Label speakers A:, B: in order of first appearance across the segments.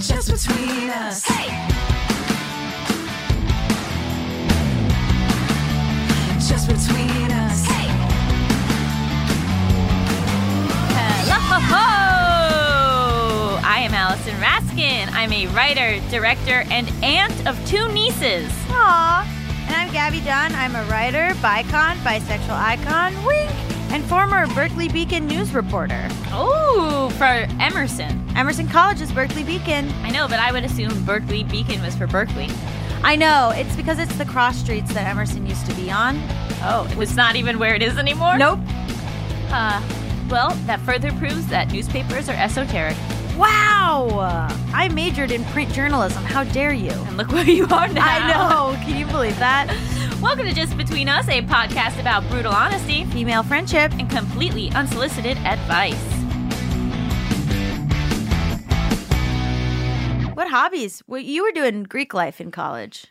A: just between us. Just between us.
B: Hello! I am Allison Raskin. I'm a writer, director, and aunt of two nieces.
C: Aw. And I'm Gabby Dunn. I'm a writer, bicon, bisexual icon, wink, and former Berkeley Beacon news reporter.
B: Oh, for Emerson.
C: Emerson College's Berkeley Beacon.
B: I know, but I would assume Berkeley Beacon was for Berkeley.
C: I know, it's because it's the cross streets that Emerson used to be on.
B: Oh, it's not even where it is anymore?
C: Nope.
B: Uh, well, that further proves that newspapers are esoteric.
C: Wow! I majored in print journalism. How dare you?
B: And look where you are now.
C: I know. Can you believe that?
B: Welcome to Just Between Us, a podcast about brutal honesty
C: Female friendship.
B: and completely unsolicited advice.
C: What hobbies? What you were doing Greek life in college?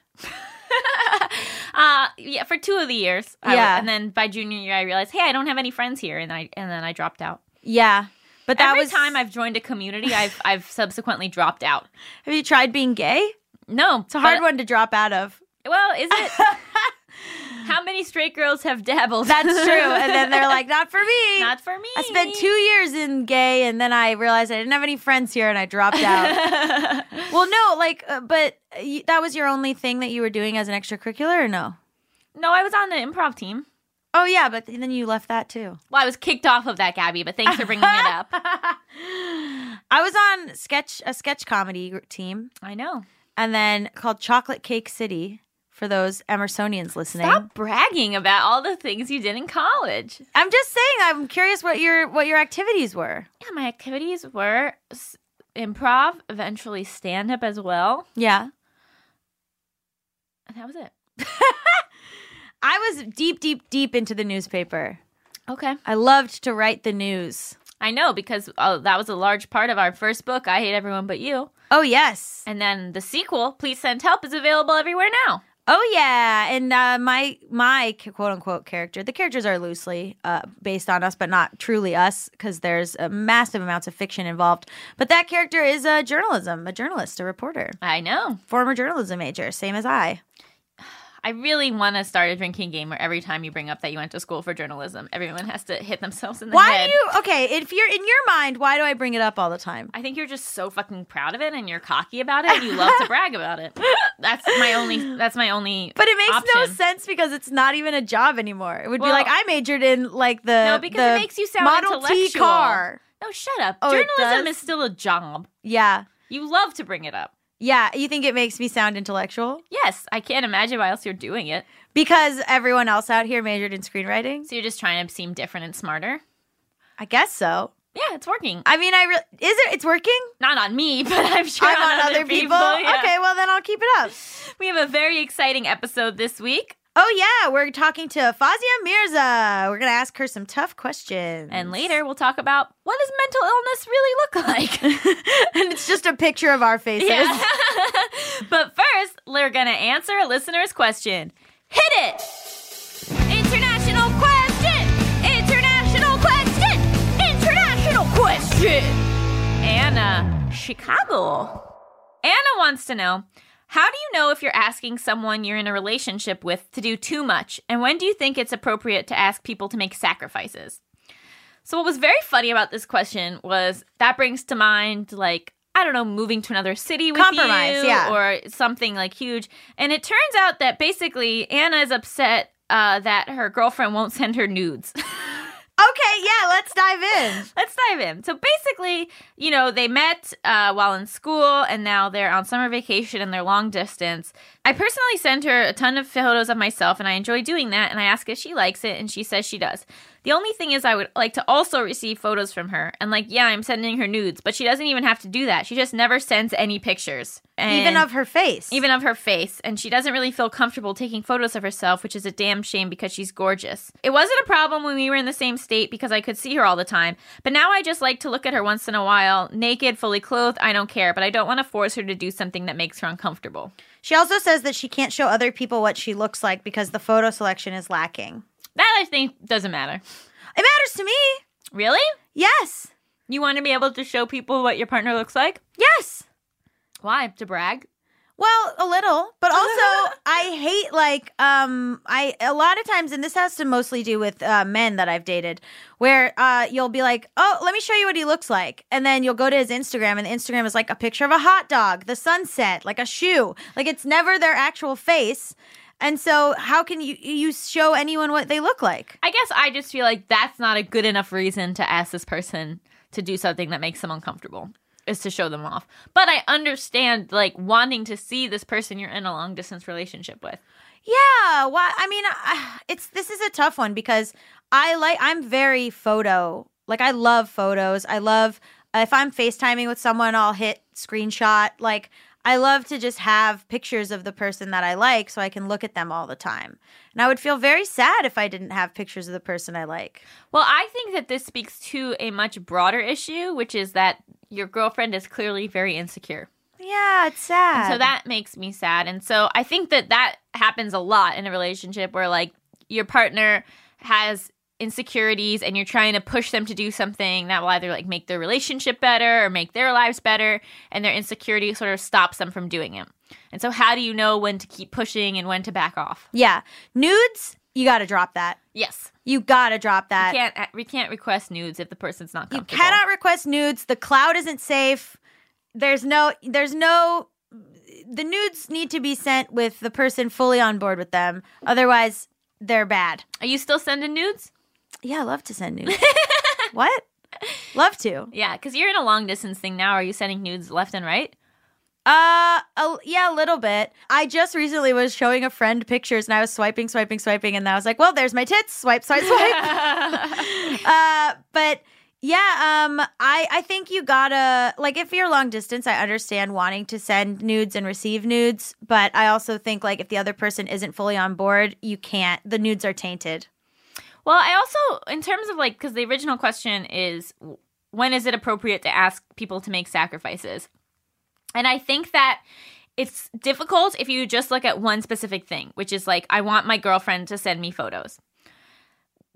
B: Uh, yeah, for two of the years. I
C: Yeah.
B: wa- and then by junior year, I realized, hey, I don't have any friends here, and I and then I dropped out.
C: Yeah, but that
B: Every
C: was
B: time I've joined a community, I've I've subsequently dropped out.
C: Have you tried being gay?
B: No,
C: It's a hard one to drop out of.
B: Well, is it? How many straight girls have dabbled?
C: That's true. and then they're like, not for me.
B: not for me.
C: I spent two years in gay, and then I realized I didn't have any friends here, and I dropped out. well, no, like, uh, but uh, you, that was your only thing that you were doing as an extracurricular, or no?
B: no, I was on the improv team.
C: Oh yeah, but then you left that too.
B: Well, I was kicked off of that, Gabby. But thanks for bringing it up.
C: I was on sketch a sketch comedy gr- team,
B: I know.
C: and then called Chocolate Cake City for those Emersonians listening.
B: Stop bragging about all the things you did in college.
C: I'm just saying. I'm curious what your what your activities were.
B: Yeah, my activities were s- improv, eventually stand up as well.
C: Yeah,
B: And that was it.
C: I was deep, deep, deep into the newspaper.
B: Okay.
C: I loved to write the news.
B: I know because uh, that was a large part of our first book, I Hate Everyone But You.
C: Oh yes.
B: And then the sequel, Please Send Help, is available everywhere now.
C: Oh yeah, and uh, my my quote unquote character. The characters are loosely uh, based on us, but not truly us, because there's uh, massive amounts of fiction involved. But that character is a journalism, a journalist, a reporter,
B: I know.
C: former journalism major, same as I.
B: I really want to start a drinking game where every time you bring up that you went to school for journalism, everyone has to hit themselves in the
C: Why
B: head.
C: do you? Okay, if you're in your mind, why do I bring it up all the time?
B: I think you're just so fucking proud of it and you're cocky about it and you love to brag about it. That's my only that's my only
C: But it makes no
B: option.
C: sense because it's not even a job anymore. It would
B: Well-
C: be like I majored in like the
B: No, because it
C: the
B: makes you sound
C: Model T
B: intellectual.
C: car.
B: No, shut up.
C: Oh, it
B: Journalism
C: does?
B: is still a job.
C: Yeah,
B: You love to bring it up.
C: yeah. You think it makes me sound intellectual?
B: Yes, I can't imagine why else you're doing it.
C: Because everyone else out here majored in screenwriting?
B: So you're just trying to seem different and smarter.
C: I guess so.
B: Yeah, it's working.
C: I mean, I re- is it? It's working.
B: Not on me, but I'm sure
C: I'm on other people.
B: yeah.
C: Okay, well then I'll keep it up.
B: We have a very exciting episode this week,
C: Oh yeah, we're talking to Fazia Mirza. We're gonna ask her some tough questions,
B: and later we'll talk about what does mental illness really look like.
C: and it's just a picture of our faces.
B: Yeah. but first, we're gonna answer a listener's question. Hit it! International question! International question! International question! Anna, Chicago. Anna wants to know. How do you know if you're asking someone you're in a relationship with to do too much? And when do you think it's appropriate to ask people to make sacrifices? So what was very funny about this question was that brings to mind like I don't know, moving to another city with
C: Compromise,
B: you,
C: yeah.
B: or something like huge. And it turns out that basically Anna is upset uh, that her girlfriend won't send her nudes.
C: Okay, yeah, let's dive in.
B: Let's dive in. So basically, you know, they met uh, while in school, and now they're on summer vacation and they're long distance. I personally send her a ton of photos of myself, and I enjoy doing that. And I ask if she likes it, and she says she does. The only thing is, I would like to also receive photos from her. And like, yeah, I'm sending her nudes, but she doesn't even have to do that. She just never sends any pictures, and
C: Even of her face.
B: even of her face, and she doesn't really feel comfortable taking photos of herself, which is a damn shame because she's gorgeous. It wasn't a problem when we were in the same state because I could see her all the time, but now I just like to look at her once in a while, naked, fully clothed, I don't care, but I don't want to force her to do something that makes her uncomfortable.
C: she also says that she can't show other people what she looks like because the photo selection is lacking.
B: That I think doesn't matter.
C: It matters to me.
B: Really?
C: Yes.
B: You want to be able to show people what your partner looks like?
C: Yes.
B: Why? To brag?
C: Well, a little, but also I hate like um I a lot of times, and this has to mostly do with uh, men that I've dated, where uh you'll be like, oh, let me show you what he looks like, and then you'll go to his Instagram, and the Instagram is like a picture of a hot dog, the sunset, like a shoe, like it's never their actual face, and so how can you you show anyone what they look like?
B: I guess I just feel like that's not a good enough reason to ask this person to do something that makes them uncomfortable is to show them off. But I understand like wanting to see this person you're in a long distance relationship with.
C: Yeah, why? I mean, I- it's this is a tough one because I like I'm very photo. Like I love photos. I love if I'm FaceTiming with someone, I'll hit screenshot. Like I love to just have pictures of the person that I like so I can look at them all the time. And I would feel very sad if I didn't have pictures of the person I like.
B: Well, I think that this speaks to a much broader issue, which is that your girlfriend is clearly very insecure.
C: Yeah, it's sad.
B: So that makes me sad. And so I think that that happens a lot in a relationship where like your partner has insecurities and you're trying to push them to do something that will either like make their relationship better or make their lives better and their insecurity sort of stops them from doing it. And so how do you know when to keep pushing and when to back off?
C: yeah, nudes. You got to drop that.
B: Yes.
C: You got to drop that.
B: Can't uh, we can't request nudes if the person's not
C: You
B: comfortable.
C: cannot request nudes. The cloud isn't safe. There's no there's no the nudes need to be sent with the person fully on board with them. Otherwise, they're bad.
B: Are you still sending nudes?
C: Yeah, I love to send nudes. what? Love to.
B: Yeah, because you're in a long distance thing now. Are you sending nudes left and right?
C: Uh, a, yeah, a little bit. I just recently was showing a friend pictures and I was swiping, swiping, swiping, and I was like, well, there's my tits. Swipe, swipe, swipe. uh, but yeah, um, I I think you gotta like if you're long distance, I understand wanting to send nudes and receive nudes, but I also think like if the other person isn't fully on board, you can't. The nudes are tainted.
B: Well, I also, in terms of like, because the original question is w- when is it appropriate to ask people to make sacrifices? And I think that it's difficult if you just look at one specific thing, which is like, I want my girlfriend to send me photos.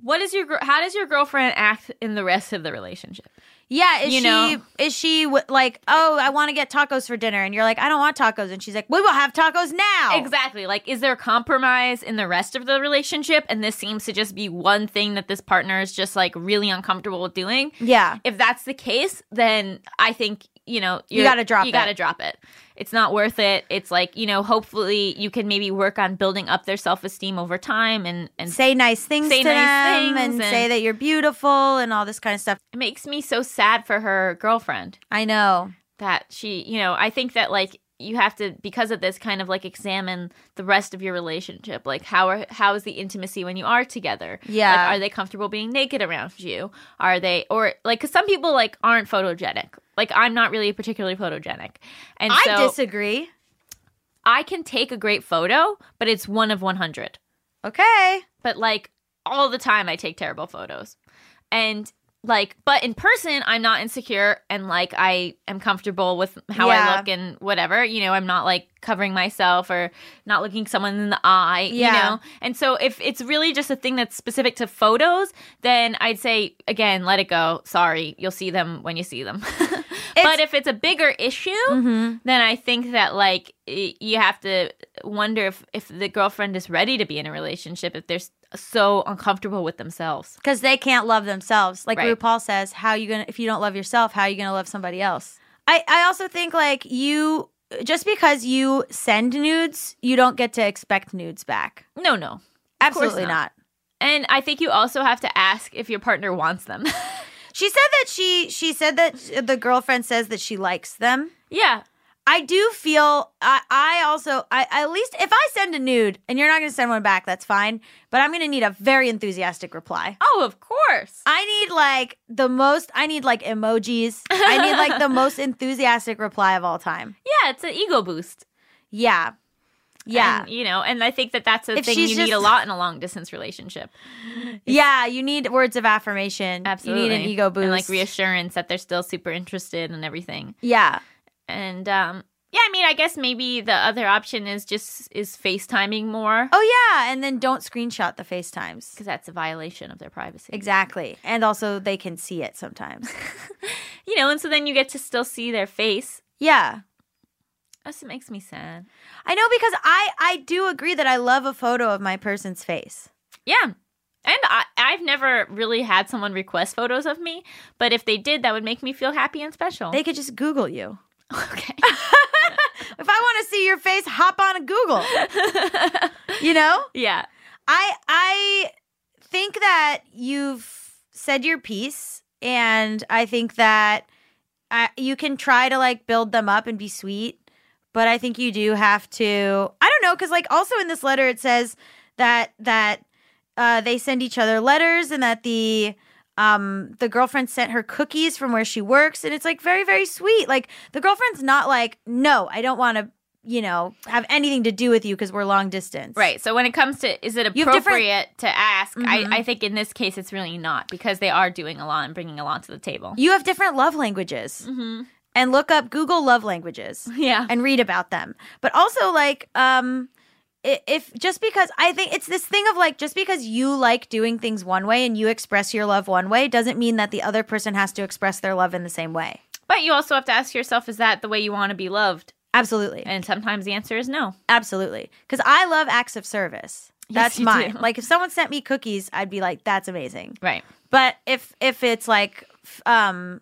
B: What is your gir- how does your girlfriend act in the rest of the relationship?
C: Yeah, is
B: You
C: she
B: know.
C: is she w- like oh I want to get tacos for dinner and you're like I don't want tacos and she's like we will have tacos now.
B: Exactly. Like is there compromise in the rest of the relationship and this seems to just be one thing that this partner is just like really uncomfortable with doing?
C: Yeah.
B: if that's the case, then I think you know
C: You
B: you're-
C: gotta drop
B: You
C: it.
B: gotta drop it. It's not worth it. It's like you know, hopefully you can maybe work on building up their self esteem over time, and and
C: Say nice things
B: Say
C: to
B: nice
C: them
B: things
C: and
B: and-
C: say that you're beautiful and all this kind of stuff.
B: it makes me so sad for her girlfriend
C: I know.
B: that she you know I think that like you have to because of this kind of like examine the rest of your relationship like how are how is the intimacy when you are together
C: Yeah.
B: like, are they comfortable being naked around you are they or like because some people like aren't photogenic like i'm not really particularly photogenic and so,
C: I disagree.
B: I can take a great photo, but it's one of 100.
C: Okay.
B: But like all the time, I take terrible photos. And like, but in person, I'm not insecure and like I am comfortable with how
C: Yeah.
B: I look and whatever. You know, I'm not like covering myself or not looking someone in the eye,
C: Yeah.
B: you know? And so if it's really just a thing that's specific to photos, then I'd say, again, let it go. Sorry. You'll see them when you see them. but if it's a bigger issue,
C: Mm-hmm.
B: then I think that like y- you have to wonder if if the girlfriend is ready to be in a relationship if they're s- so uncomfortable with themselves.
C: because they can't love themselves. Like
B: Right.
C: RuPaul says, how you gonna if you don't love yourself, how you gonna love somebody else? I I also think like you just because you send nudes, you don't get to expect nudes back.
B: No, no. course
C: Absolutely not.
B: not. And I think you also have to ask if your partner wants them.
C: She said that she she said that the girlfriend says that she likes them.
B: yeah.
C: I do feel I, I also I at least if I send a nude and you're not gonna send one back, that's fine. But I'm gonna need a very enthusiastic reply.
B: Oh, of course.
C: I need like the most I need like emojis. I need like the most enthusiastic reply of all time.
B: Yeah, it's an ego boost.
C: Yeah. Yeah.
B: And, you know, and I think that that's a
C: If
B: thing you
C: she's
B: need
C: just-
B: a lot in a long distance relationship.
C: yeah, you need words of affirmation.
B: Absolutely.
C: You need an ego boost.
B: And like reassurance that they're still super interested and everything.
C: Yeah.
B: And um yeah, I mean, I guess maybe the other option is just is FaceTiming more.
C: Oh yeah, and then don't screenshot the FaceTimes.
B: because that's a violation of their privacy.
C: Exactly. And also they can see it sometimes.
B: You know, and so then you get to still see their face.
C: yeah.
B: This makes me sad.
C: I know because I I do agree that I love a photo of my person's face.
B: Yeah. And I, I've never really had someone request photos of me, but if they did, that would make me feel happy and special.
C: They could just Google you.
B: okay.
C: If I want to see your face, hop on Google. you know?
B: yeah.
C: I I think that you've said your piece, and I think that uh, you can try to like build them up and be sweet, but I think you do have to. I don't know, because like also in this letter it says that that uh, they send each other letters, and that the um the girlfriend sent her cookies from where she works and it's like very very sweet like the girlfriend's not like no i don't want to you know have anything to do with you because we're long distance
B: Right. So when it comes to is it
C: You have different- Mm-hmm.
B: appropriate to ask, I, I think in this case it's really not because they are doing a lot and bringing a lot to the table.
C: You have different love languages.
B: Mm-hmm.
C: And look up Google love languages
B: Yeah.
C: and read about them. But also, like, um, i- if just because I think it's this thing of like, just because you like doing things one way and you express your love one way doesn't mean that the other person has to express their love in the same way.
B: But you also have to ask yourself, is that the way you want to be loved?
C: Absolutely.
B: And sometimes the answer is no.
C: Absolutely. Because I love acts of service. That's
B: you
C: mine.
B: do.
C: Like, if someone sent me cookies, I'd be like, that's amazing.
B: Right.
C: But if if it's like f- um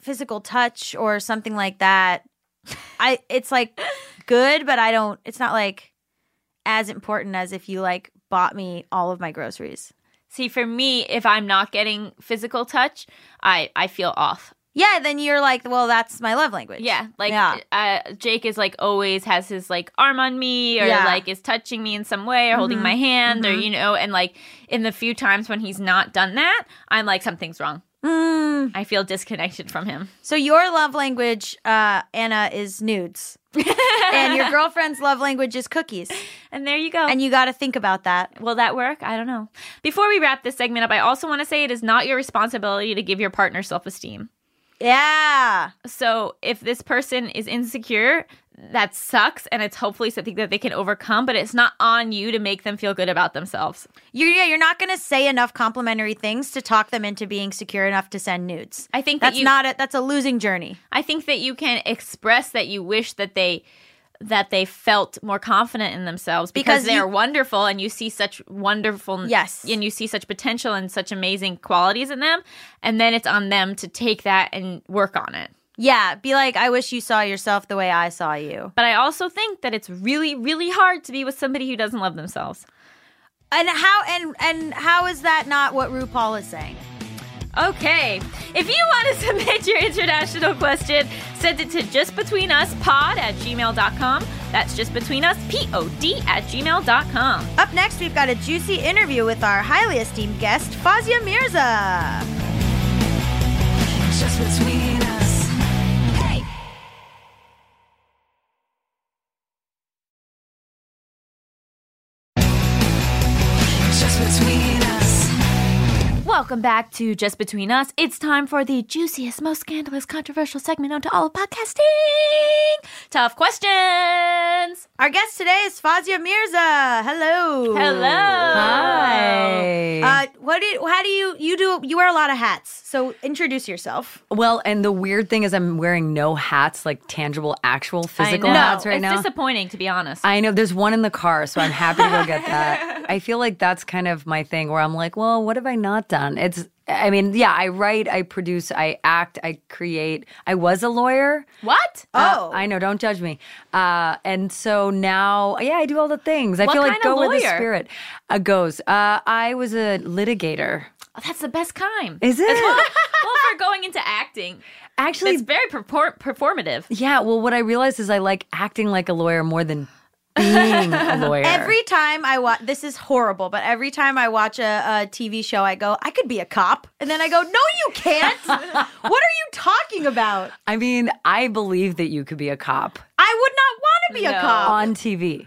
C: physical touch or something like that, I it's like good, but I don't it's not like as important as if you like bought me all of my groceries.
B: See, for me, if I'm not getting physical touch, I, I feel off.
C: Yeah, then you're like, well, that's my love language.
B: Yeah, like
C: Yeah.
B: Uh, Jake is like always has his like arm on me or
C: Yeah. Mm-hmm.
B: like is touching me in some way or holding my hand or you know and like in the few times when he's not done that, I'm like something's wrong.
C: Mm.
B: I feel disconnected from him.
C: So your love language, uh, Anna, is nudes, and your girlfriend's love language is cookies,
B: And there you go.
C: and you got to think about that.
B: Will that work? I don't know. Before we wrap this segment up, I also want to say it is not your responsibility to give your partner self esteem.
C: Yeah.
B: So if this person is insecure, that sucks, and it's hopefully something that they can overcome. But it's not on you to make them feel good about themselves.
C: You're, yeah, you're not going to say enough complimentary things to talk them into being secure enough to send nudes.
B: I think that
C: That's
B: you,
C: not a, that's a losing journey.
B: I think that you can express that you wish that they that they felt more confident in themselves because,
C: Because
B: they
C: you-
B: are wonderful and you see such wonderful
C: Yes.
B: and you see such potential and such amazing qualities in them and then it's on them to take that and work on it.
C: Yeah, be like, I wish you saw yourself the way I saw you.
B: But I also think that it's really really hard to be with somebody who doesn't love themselves.
C: And how and and how is that not what RuPaul is saying?
B: Okay. If you want to submit your international question, send it to justbetweenuspod at gmail.com. That's justbetweenus, P-O-D, at gmail.com.
C: Up next, we've got a juicy interview with our highly esteemed guest, Fazia Mirza.
A: Just between us. Hey! Just between us.
B: Welcome back to Just Between Us. It's time for the juiciest, most scandalous, controversial segment known to all of podcasting. Tough questions.
C: Our guest today is Fazia Mirza. Hello.
B: Hello. Hi.
C: Uh, what do you, how do you you do you wear a lot of hats? So introduce yourself.
D: Well, and the weird thing is, I'm wearing no hats, like tangible, actual, physical
B: I know.
D: hats right
B: it's
D: now.
B: disappointing, to be honest.
D: I know there's one in the car, so I'm happy to go get that. I feel like that's kind of my thing where I'm like, well, what have I not done? It's, I mean, yeah, I write, I produce, I act, I create. I was a lawyer.
B: what?
D: Uh,
C: Oh.
D: I know, don't judge me. Uh, and so now, yeah, I do all the things. I
B: What
D: feel like
B: kind
D: go
B: of
D: with the
B: lawyer?
D: spirit uh, goes. Uh, I was a litigator.
B: Oh, that's the best kind.
D: Is it?
B: well, for going into acting,
D: Actually,
B: it's very perform- performative.
D: Yeah, well, what I realized is I like acting like a lawyer more than being a lawyer.
C: Every time I watch, this is horrible, but every time I watch a, a TV show, I go, I could be a cop. And then I go, no, you can't. what are you talking about?
D: I mean, I believe that you could be a cop
C: I would not want to be a
B: No.
C: cop
D: on TV.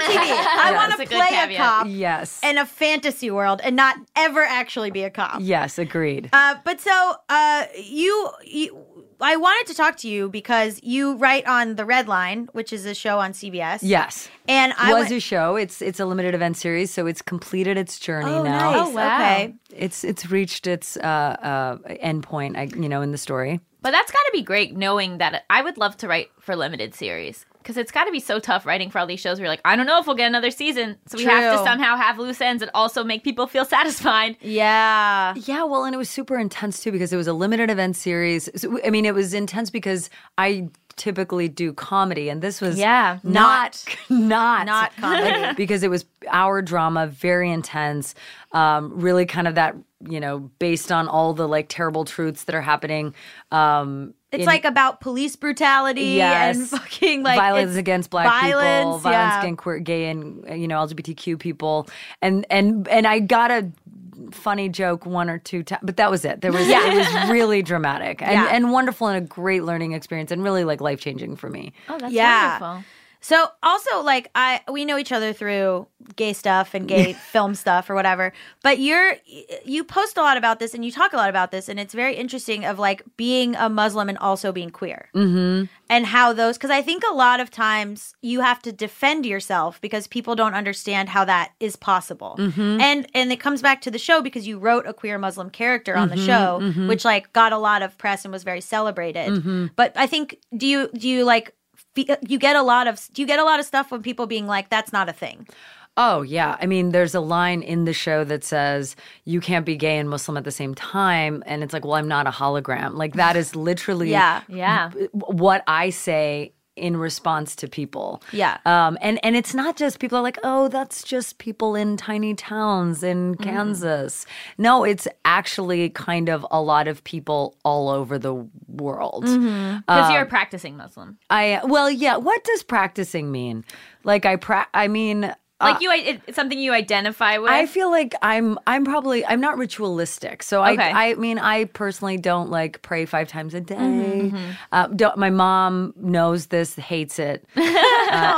C: TV. I
B: Yeah, that's
C: want to
B: a good
C: play a
B: caveat.
C: cop
D: Yes.
C: in a fantasy world and not ever actually be a cop.
D: yes, agreed.
C: Uh, but so uh, you, you, I wanted to talk to you because you write on the Red Line, which is a show on CBS.
D: yes.
C: and I
D: was
C: went-
D: a show. It's it's a limited event series, so it's completed its journey
C: oh,
D: now.
C: nice.
B: Oh, wow.
C: Okay,
D: It's it's reached its uh, uh, end point, I, you know, in the story.
B: But that's got to be great knowing that I would love to write for limited series. because it's got to be so tough writing for all these shows. Where you're like, I don't know if we'll get another season, so we have to
C: True.
B: somehow have loose ends and also make people feel satisfied.
C: Yeah.
D: Yeah, well, and it was super intense too because it was a limited event series. So, I mean, it was intense because I typically do comedy, and this was
B: Yeah,
D: not not
C: Not comedy.
D: because it was our drama, very intense, um, really kind of that you know based on all the like terrible truths that are happening. Um,
C: It's
D: in-
C: like about police brutality and
D: Yes.
C: fucking like
D: violence
C: it's
D: against black people,
C: violence,
D: violence
C: yeah.
D: against queer, gay, and you know LGBTQ people, and and and I got a funny joke one or two times, but that was it. There was it was really dramatic and
C: Yeah.
D: and wonderful and a great learning experience and really like life changing for me.
B: Oh, that's
C: Yeah.
B: wonderful.
C: So also like I we know each other through gay stuff and gay film stuff or whatever. But you're you post a lot about this and you talk a lot about this and it's very interesting of like being a Muslim and also being queer. Mm-hmm. And how those cuz I think a lot of times you have to defend yourself because people don't understand how that is possible.
D: Mm-hmm.
C: And and it comes back to the show because you wrote a queer Muslim character on
D: Mm-hmm,
C: the show which like got a lot of press and was very celebrated.
D: Mm-hmm.
C: But I think do you do you like fe- you get a lot of do you get a lot of stuff from people being like that's not a thing
D: Oh yeah, I mean, there's a line in the show that says you can't be gay and Muslim at the same time, and it's like, well, I'm not a hologram. Like that is literally
C: yeah
B: Yeah.
D: what I say in response to people.
C: Yeah.
D: Um, and and it's not just people are like, oh, that's just people in tiny towns in Kansas. No, it's actually kind of a lot of people all over the world.
B: Because
C: um,
B: you're a practicing Muslim.
D: I well, yeah. What does practicing mean? Like I pra- I mean.
C: uh,
B: Like you, it, it's something you identify with.
D: I feel like I'm I'm probably I'm not ritualistic. So
B: Okay.
D: I I mean I personally don't like pray five times a day. Uh, don't, my mom knows this, hates it. Uh,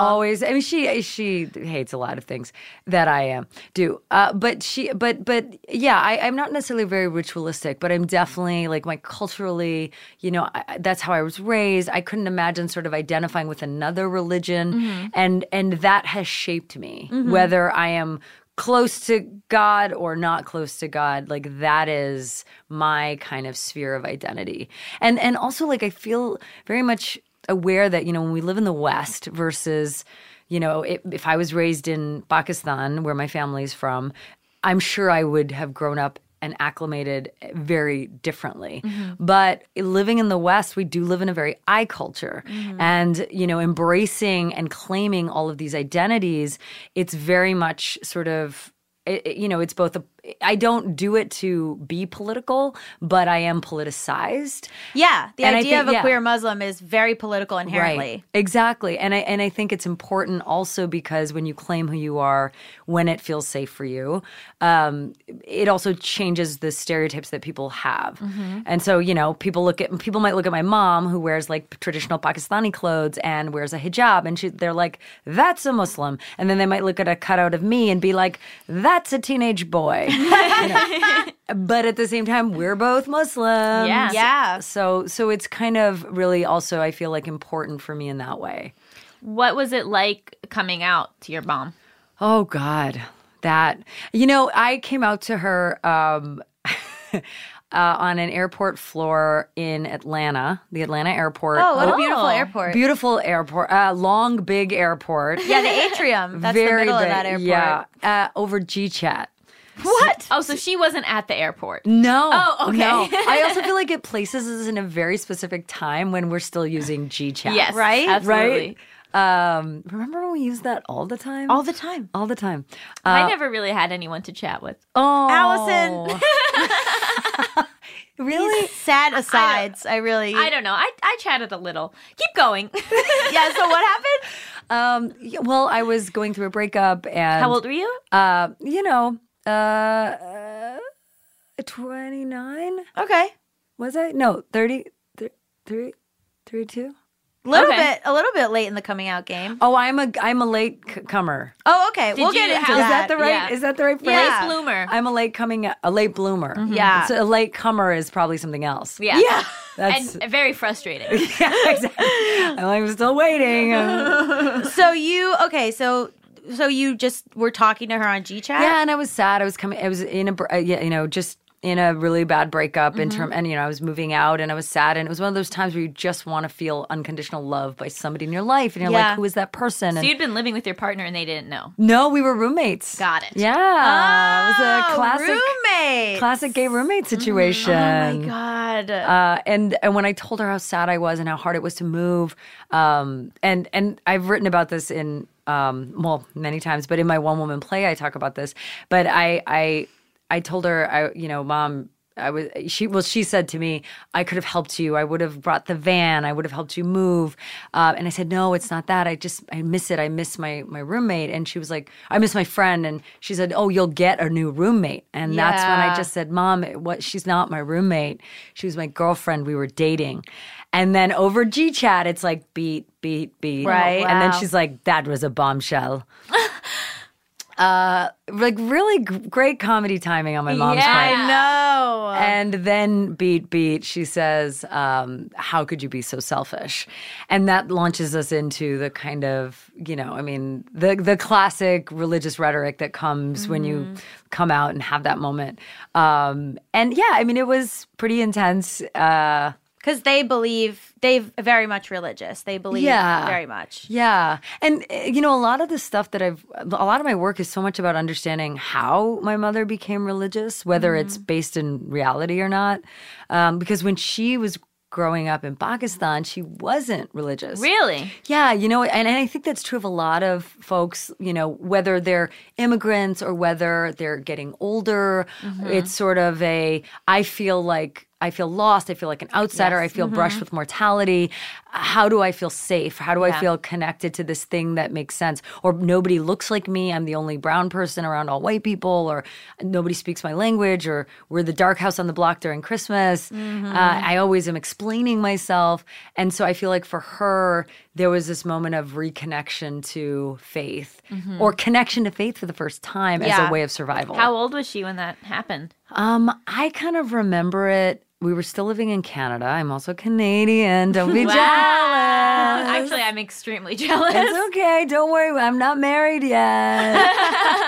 D: always. I mean she she hates a lot of things that I am do. Uh, but she but but yeah, I, I'm not necessarily very ritualistic, but I'm definitely like my culturally, you know, I, I- that's how I was raised. I couldn't imagine sort of identifying with another religion and and that has shaped me whether I am close to God or not close to God. Like that is my kind of sphere of identity. And and also like I feel very much aware that, you know, when we live in the West versus, you know, if, if I was raised in Pakistan, where my family's from, I'm sure I would have grown up and acclimated very differently. But living in the West, we do live in a very I culture. And, you know, embracing and claiming all of these identities, it's very much sort of, it, it- you know, it's both a, I don't do it to be political, but I am politicized.
C: yeah the
D: And I
C: idea
D: think-
C: of a
D: yeah.
C: queer muslim is very political inherently
D: Exactly. And I and I think it's important also because when you claim who you are, when it feels safe for you, um, it also changes the stereotypes that people have. And so, you know, people look at people might look at my mom who wears like traditional Pakistani clothes and wears a hijab and she they're like, that's a Muslim. And then they might look at a cutout of me and be like, that's a teenage boy. You know? But at the same time, we're both Muslims.
B: Yeah.
C: yeah
D: So so it's kind of really also I feel like important for me in that way.
B: what was it like coming out to your mom?
D: Oh God, that you know I came out to her um, uh, on an airport floor in Atlanta, the Atlanta airport.
C: oh what a beautiful
B: Oh.
C: airport
D: beautiful airport, uh, long big airport.
C: yeah the atrium that's the
D: Very
C: middle of
D: big,
C: that airport
D: Yeah, uh, over GChat.
B: What? Oh, so she wasn't at the airport.
D: No.
B: Oh, okay.
D: No. I also feel like it places us in a very specific time when we're still using GChat.
B: Yes,
C: Right?
B: Absolutely.
D: Right? Um, remember when we used that all the time?
C: all the time
D: all the time.
C: Uh,
B: I never really had anyone to chat with.
D: Oh,
C: Allison.
D: really?
C: sad asides i, really
B: I don't know. I, I chatted a little. Keep going.
C: yeah so what happened
D: Um, yeah, well, I was going through a breakup, and
B: How old were you?
D: Uh, you know, uh, twenty nine
C: okay
D: was I? No, 30, thir- thirty- 32?
C: a little
B: Okay.
C: bit a little bit late in the coming out game
D: Oh, I'm a I'm a late c- comer.
C: oh okay
B: you
C: we'll get into
B: have-
D: Is that
C: that,
D: the right?
B: yeah.
D: Is that the right phrase?
C: Yeah.
B: Late bloomer. Mm-hmm.
D: I'm a late coming, a late bloomer.
C: Yeah.
D: so a late comer is probably something else.
B: yeah.
C: yeah
D: that's
B: And very frustrating.
D: yeah, exactly. I'm still waiting.
C: so you okay so so you just were talking to her on gchat
D: Yeah, and I was sad. I was coming. I was in a, br- uh, yeah, you know, just in a really bad breakup in
B: Mm-hmm.
D: term and you know I was moving out and I was sad and it was one of those times where you just want to feel unconditional love by somebody in your life and you're
C: Yeah.
D: like who is that person
B: So
D: and
B: you'd been living with your partner and they didn't know.
D: no we were roommates
B: Got it.
D: yeah it was a classic
C: roommate.
D: classic gay roommate situation
B: Oh my god.
D: uh, and and when I told her how sad I was and how hard it was to move, um, and and I've written about this in um, well many times, but in my one woman play I talk about this. But I I I told her I you know mom. I was she well she said to me I could have helped you I would have brought the van I would have helped you move uh, and I said no it's not that I just I miss it I miss my my roommate and she was like I miss my friend and she said oh you'll get a new roommate and that's when I
B: Yeah.
D: just said, "Mom, it- what? She's not my roommate. She was my girlfriend. We were dating." And then over G chat, it's like beat, beat, beat,
C: Right.
D: And then
C: Wow.
D: she's like, "That was a bombshell." uh, like really g- great comedy timing on my mom's
B: Yeah.
D: part.
C: I know.
D: And then beat beat, she says, um, "How could you be so selfish?" And that launches us into the kind of you know, I mean, the the classic religious rhetoric that comes when you come out and have that moment. Um, and yeah, I mean, it was pretty intense. Uh,
C: because they believe they very much religious. They believe
D: Yeah.
C: very much.
D: Yeah. And, uh, you know, a lot of the stuff that I've, a lot of my work is so much about understanding how my mother became religious, whether it's based in reality or not. Um, because when she was growing up in Pakistan, she wasn't religious.
B: really?
D: Yeah, you know, and, and I think that's true of a lot of folks, you know, whether they're immigrants or whether they're getting older. It's sort of a, I feel like, I feel lost. I feel like an outsider. I feel brushed with mortality. How do I feel safe? How do I feel connected to this thing that makes sense? Or nobody looks like me. I'm the only brown person around all white people, or nobody speaks my language, or we're the dark house on the block during Christmas.
B: Mm-hmm.
D: Uh, I always am explaining myself. And so I feel like for her, there was this moment of reconnection to faith or connection to faith for the first time as
C: Yeah.
D: a way of survival.
B: Mm-hmm. How old was she when that happened?
D: um, I kind of remember it. We were still living in Canada. I'm also Canadian. Don't be Uh,
B: Wow.
D: jealous.
B: Uh, Actually, I'm extremely jealous.
D: It's okay. Don't worry. I'm not married yet.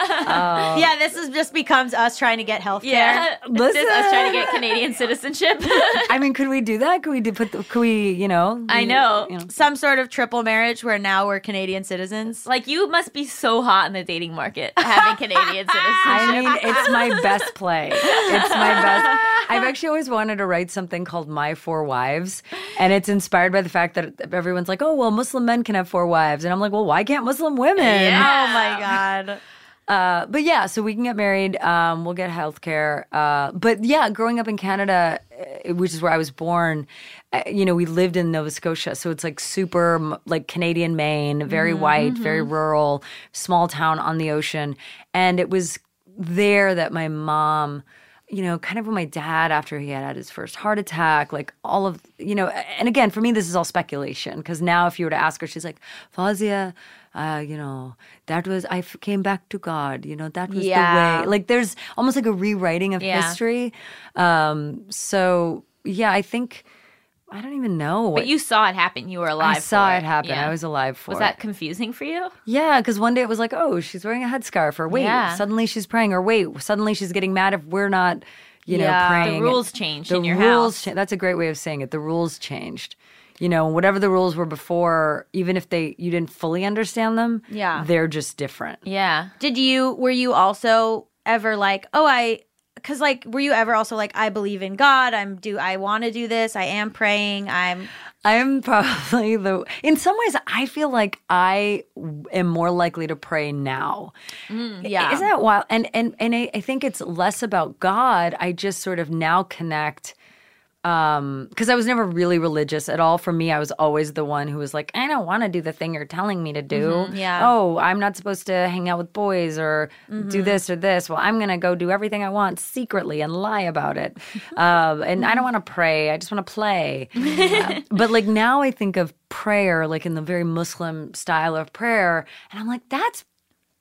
C: Yeah, this is just becomes us trying to get health care.
B: yeah. This is us
D: Listen.
B: trying to get Canadian citizenship.
D: I mean, could we do that? Could we do put? The, could we? You know?
B: I know.
D: you know.
C: Some sort of triple marriage where now we're Canadian citizens.
B: Like you must be so hot in the dating market having Canadian citizenship.
D: I mean, it's my best play. It's my best. I've actually always wanted to write something called My Four Wives, and it's inspired by the fact that everyone's like, "Oh, well, Muslim men can have four wives," and I'm like, "Well, why can't Muslim women?"
B: Yeah.
C: Oh my god.
D: Uh, but yeah, so we can get married. Um, we'll get health care. Uh, but yeah, growing up in Canada, uh, which is where I was born, uh, you know, we lived in Nova Scotia. So it's like super, m- like Canadian Maine, very white, very rural, small town on the ocean. And it was there that my mom, you know, kind of when my dad, after he had had his first heart attack, like all of, you know, and again, for me, this is all speculation because now if you were to ask her, she's like, Fazia, uh, you know, that was, I f- came back to God, you know, that was
C: Yeah.
D: the way. Like there's almost like a rewriting of
B: Yeah.
D: history. Um, so, yeah, I think, I don't even know.
B: but you saw it happen. You were alive.
D: I saw
B: for
D: it happen.
B: Yeah.
D: I was alive for
B: Was
D: it.
B: that confusing for you?
D: Yeah, because one day it was like, oh, she's wearing a headscarf, or wait,
B: Yeah.
D: suddenly she's praying, or wait, suddenly she's getting mad if we're not, you
C: Yeah.
D: know,
C: The
D: praying.
B: The rules changed
D: The
B: in your
D: rules
B: house.
D: cha- that's a great way of saying it. The rules changed. You know, whatever the rules were before, even if they you didn't fully understand them,
C: Yeah.
D: they're just different.
B: yeah.
C: Did you were you also ever like, "Oh, I cuz like were you ever also like, I believe in God. I'm do I want to do this. I am praying. I'm
D: I'm probably the. In some ways, I feel like I am more likely to pray now.
C: yeah.
D: Isn't that wild? And and and I, I think it's less about God. I just sort of now connect um because i was never really religious at all for me i was always the one who was like i don't want to do the thing you're telling me to do
C: yeah.
D: oh i'm not supposed to hang out with boys or do this or this well i'm gonna go do everything i want secretly and lie about it um and i don't want to pray i just want to play Uh, but like now i think of prayer like in the very muslim style of prayer and i'm like that's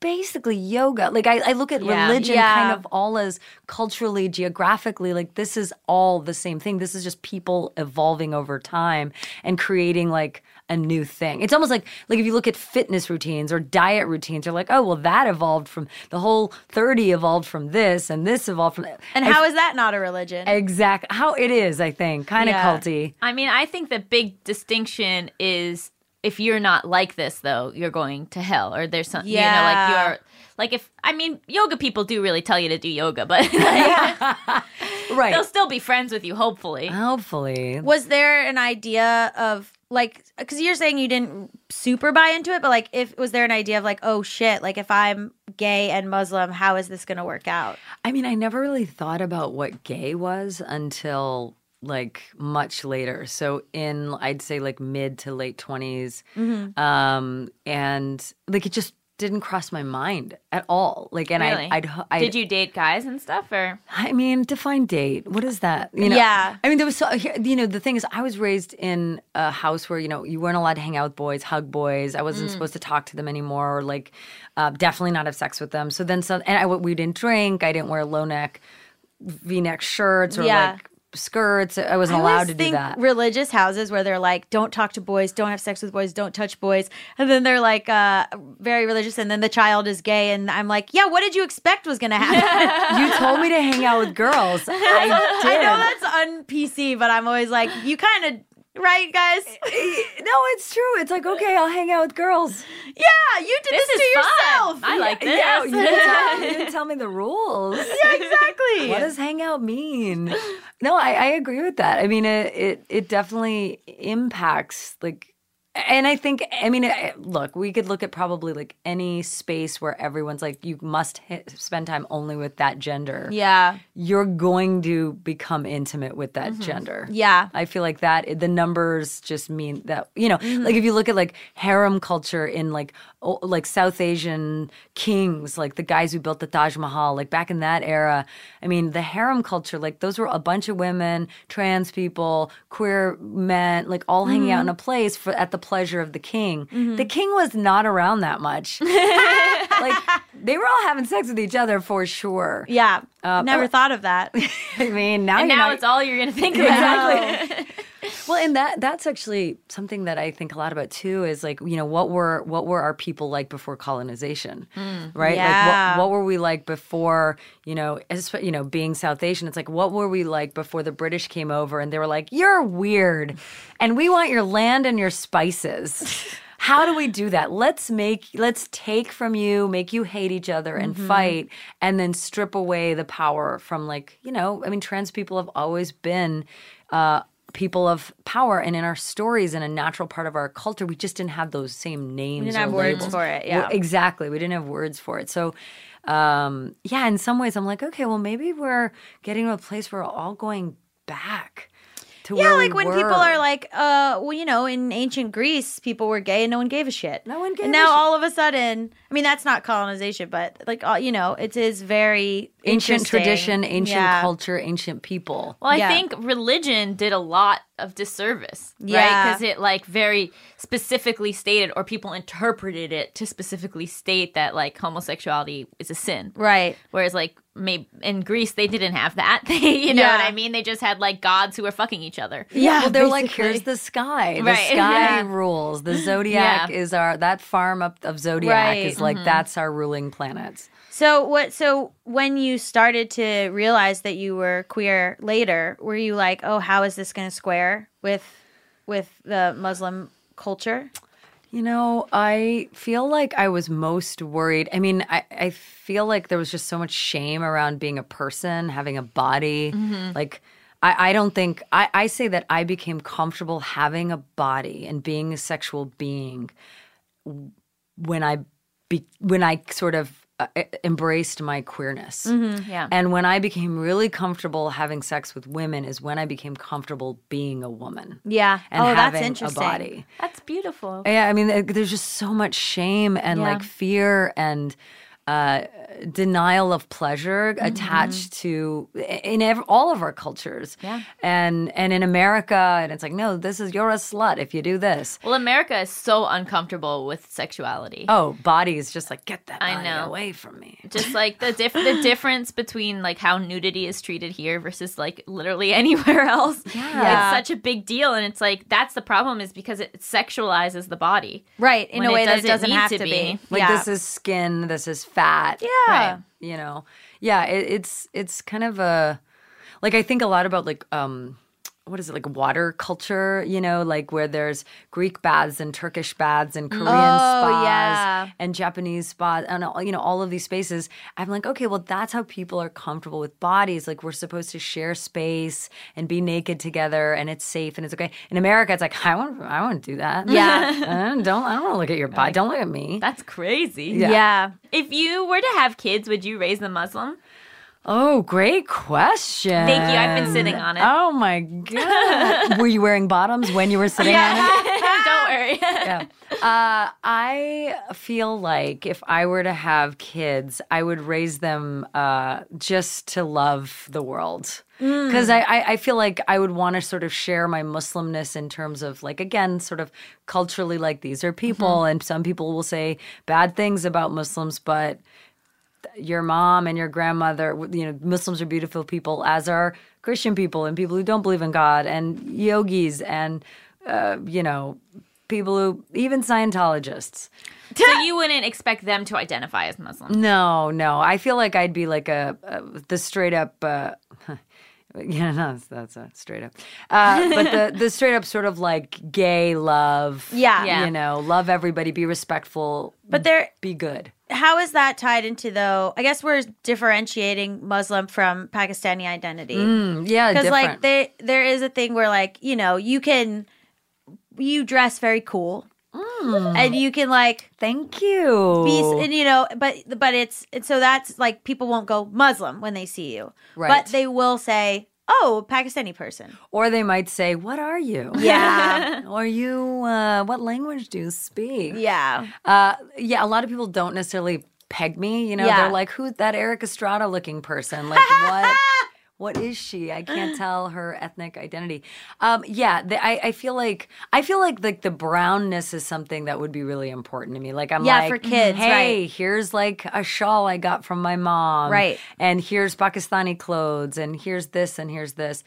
D: basically yoga. Like I, I look at
B: Yeah.
D: religion
C: Yeah.
D: kind of all as culturally, geographically, like this is all the same thing. This is just people evolving over time and creating like a new thing. It's almost like like if you look at fitness routines or diet routines, you're like, oh well that evolved from the whole 30 evolved from this and this evolved from
C: And how is that not a religion?
D: exact how it is, I think. Kind of
C: Yeah.
D: culty.
B: I mean, I think the big distinction is if you're not like this, though, you're going to hell, or there's something, you know,
C: Yeah.
B: like you're. Like if I mean yoga people do really tell you to do yoga, but
D: Right.
B: they'll still be friends with you, hopefully.
C: Uh,
D: Hopefully.
C: Was there an idea of like because you're saying you didn't super buy into it, but like if was there an idea of like oh shit, like if I'm gay and Muslim, how is this gonna work out?
D: I mean, I never really thought about what gay was until like much later. So in I'd say like mid to late 20s.
B: Mm-hmm.
D: Um and like it just didn't cross my mind at all. Like and
B: Really?
D: I I'd, i
B: Did you date guys and stuff, or
D: I mean, define date. What is that? You know,
C: Yeah.
D: I mean, there was so here- you know the thing is, I was raised in a house where you know you weren't allowed to hang out with boys, hug boys. I
C: Mm.
D: wasn't supposed to talk to them anymore, or like uh, definitely not have sex with them. So then some, and I we didn't drink. I didn't wear low neck, V neck shirts or
C: Yeah.
D: like skirts. I wasn't
C: I
D: allowed
C: always
D: to do
C: think
D: that.
C: religious houses where they're like, don't talk to boys, don't have sex with boys, don't touch boys, and then they're like uh, very religious, and then the child is gay, and I'm like, yeah, what did you expect was gonna happen?
D: you told me to hang out with girls. I did.
C: I know that's un PC, but I'm always like, you kind of right, guys?
D: no, it's true. It's like okay, I'll hang out with girls.
C: yeah, you did this,
B: this is
C: to
B: fun.
C: yourself.
B: I like this.
D: Yeah, you didn't tell, you didn't tell me the rules.
C: yeah, exactly.
D: What does hangout mean? No, I, I agree with that. I mean, it, it it definitely impacts like, and I think I mean, eh, look, we could look at probably like any space where everyone's like, you must hit, spend time only with that gender.
C: yeah,
D: you're going to become intimate with that gender.
C: Mm-hmm. yeah.
D: I feel like that the numbers just mean that you know,
B: Mm-hmm.
D: like if you look at like harem culture in like o- like South Asian kings, like the guys who built the Taj Mahal, like back in that era, I mean the harem culture, like those were a bunch of women, trans people, queer men, like all hanging
B: Mm-hmm.
D: out in a place for at the pleasure of the king. The king was not around that much. like they were all having sex with each other for sure.
C: Yeah. Never
D: or-
C: thought of that.
D: I mean, now
B: and
D: you
B: now
D: know,
B: it's all you're gonna think about.
D: exactly. well, and that that's actually something that I think a lot about too. Is like you know what were what were our people like before colonization, right?
C: Yeah.
D: Like what, what were we like before you know as, you know being South Asian? It's like what were we like before the British came over and they were like you're weird, and we want your land and your spices. How do we do that? Let's make let's take from you, make you hate each other and
C: Mm-hmm.
D: fight and then strip away the power from like, you know, I mean trans people have always been uh people of power and in our stories and a natural part of our culture we just didn't have those same names
C: didn't
D: or
C: have words
D: labels.
C: for it,
D: We-
C: yeah.
D: exactly we didn't have words for it so um yeah in some ways i'm like okay well maybe we're getting to a place where we're all going back to
C: Yeah,
D: where we
C: like when people
D: were.
C: are like, uh, well, you know, in ancient Greece, people were gay and no one gave a shit.
D: No one gave
C: And
D: a
C: now
D: shit.
C: all of a sudden, I mean, that's not colonization, but like, all, you know, it is very
D: ancient
C: interesting.
D: tradition, ancient
C: Yeah.
D: culture, ancient people.
B: Well, I
C: Yeah.
B: think religion did a lot of disservice, right?
C: Yeah.
B: Because it like very specifically stated, or people interpreted it to specifically state that like homosexuality is a sin.
C: Right.
B: Whereas like maybe in Greece they didn't have that. They, you know
C: Yeah.
B: what I mean? They just had like gods who were fucking each other.
C: Yeah.
D: well, they're like,
C: basically.
D: here's the sky. The
B: Right.
D: sky
C: Yeah.
D: rules. The zodiac
B: Yeah.
D: is our that farm up of zodiac
C: Right. mm-hmm.
D: is like that's our ruling planets.
C: So what? So when you started to realize that you were queer later, were you like, oh, how is this going to square with with the Muslim culture?
D: You know, I feel like I was most worried. I mean, I, I feel like there was just so much shame around being a person, having a body.
C: Mm-hmm.
D: Like, I, I don't think, I, I say that I became comfortable having a body and being a sexual being when I be, when I sort of uh, embraced my queerness.
C: Mm-hmm,
B: Yeah.
D: And when I became really comfortable having sex with women is when I became comfortable being a woman.
C: Yeah.
D: And
C: oh,
D: having
C: that's interesting.
D: a body.
B: That's beautiful.
D: Yeah, I mean, th- there's just so much shame and
B: Yeah.
D: like fear and uh, denial of pleasure attached to in ev- all of our cultures.
C: Yeah.
D: And and in America, and it's like, no, this is you're a slut if you do this.
B: Well, America is so uncomfortable with sexuality.
D: Oh, body's just like get that
B: I
D: body
B: know.
D: away from me.
B: Just like the diff- the difference between like how nudity is treated here versus like literally anywhere else. It's
D: Yeah.
B: such a big deal and it's like that's the problem is because it sexualizes the body.
C: right in
B: When
C: a
B: it
C: way that it
B: doesn't
C: doesn't
B: need
C: have to
B: to
C: be.
B: be.
D: Like
C: yeah.
D: this is skin, this is fat.
C: Yeah.
D: Right. You know. Yeah, it, it's it's kind of a like I think a lot about like um what is it like water culture, you know, like where there's Greek baths and Turkish baths and Korean
B: Oh,
D: spas
C: yeah.
D: and Japanese spas and all- you know all of these spaces. I'm like, okay, well that's how people are comfortable with bodies. Like we're supposed to share space and be naked together and it's safe and it's okay. In America it's like I want I want to do that.
C: Yeah.
D: I don't I don't want to look at your body. Don't look at me.
B: That's crazy.
C: yeah.
B: If you were to have kids, would you raise them Muslim?
D: Oh, great question.
B: Thank you. I've been sitting on it.
D: Oh my god. were you wearing bottoms when you were sitting on it?
B: Don't worry.
D: Yeah. Uh, I feel like if I were to have kids, I would raise them uh, just to love the world. Because I, I, I feel like I would want to sort of share my Muslimness in terms of, like, again, sort of culturally, like, these are people, and some people will say bad things about Muslims, but your mom and your grandmother you know muslims are beautiful people as are christian people and people who don't believe in god and yogis and uh, you know people who even scientologists
B: so you wouldn't expect them to identify as Muslim.
D: no no i feel like i'd be like a, a the straight up uh, yeah no, that's, that's a straight up uh, but the, the straight up sort of like gay love
C: Yeah.
B: Yeah.
D: you know love everybody be respectful
C: But there
D: be good
C: how is that tied into though? I guess we're differentiating Muslim from Pakistani identity.
D: yeah
C: because like
D: Mm, different.
C: there there is a thing where like you know you can you dress very cool and you can like
D: thank you
C: be and you know but but it's and so that's like people won't go muslim when they see you
D: Right.
C: but they will say oh pakistani person
D: Or they might say, What are you?
C: Yeah.
D: or you, uh, what language do you speak?
C: yeah
D: Uh, yeah, a lot of people don't necessarily peg me. You know,
C: Yeah.
D: they're like, Who's that Eric Estrada looking person? Like, what? What is she? I can't tell her ethnic identity. Um, yeah, the, I, I feel like I feel like like the brownness is something that would be really important to me. Like I'm
C: Yeah,
D: like, "Mm,
C: for kids,
D: Hey,
C: right.
D: here's like a shawl I got from my mom,
C: Right.
D: and here's Pakistani clothes, and here's this, and here's this.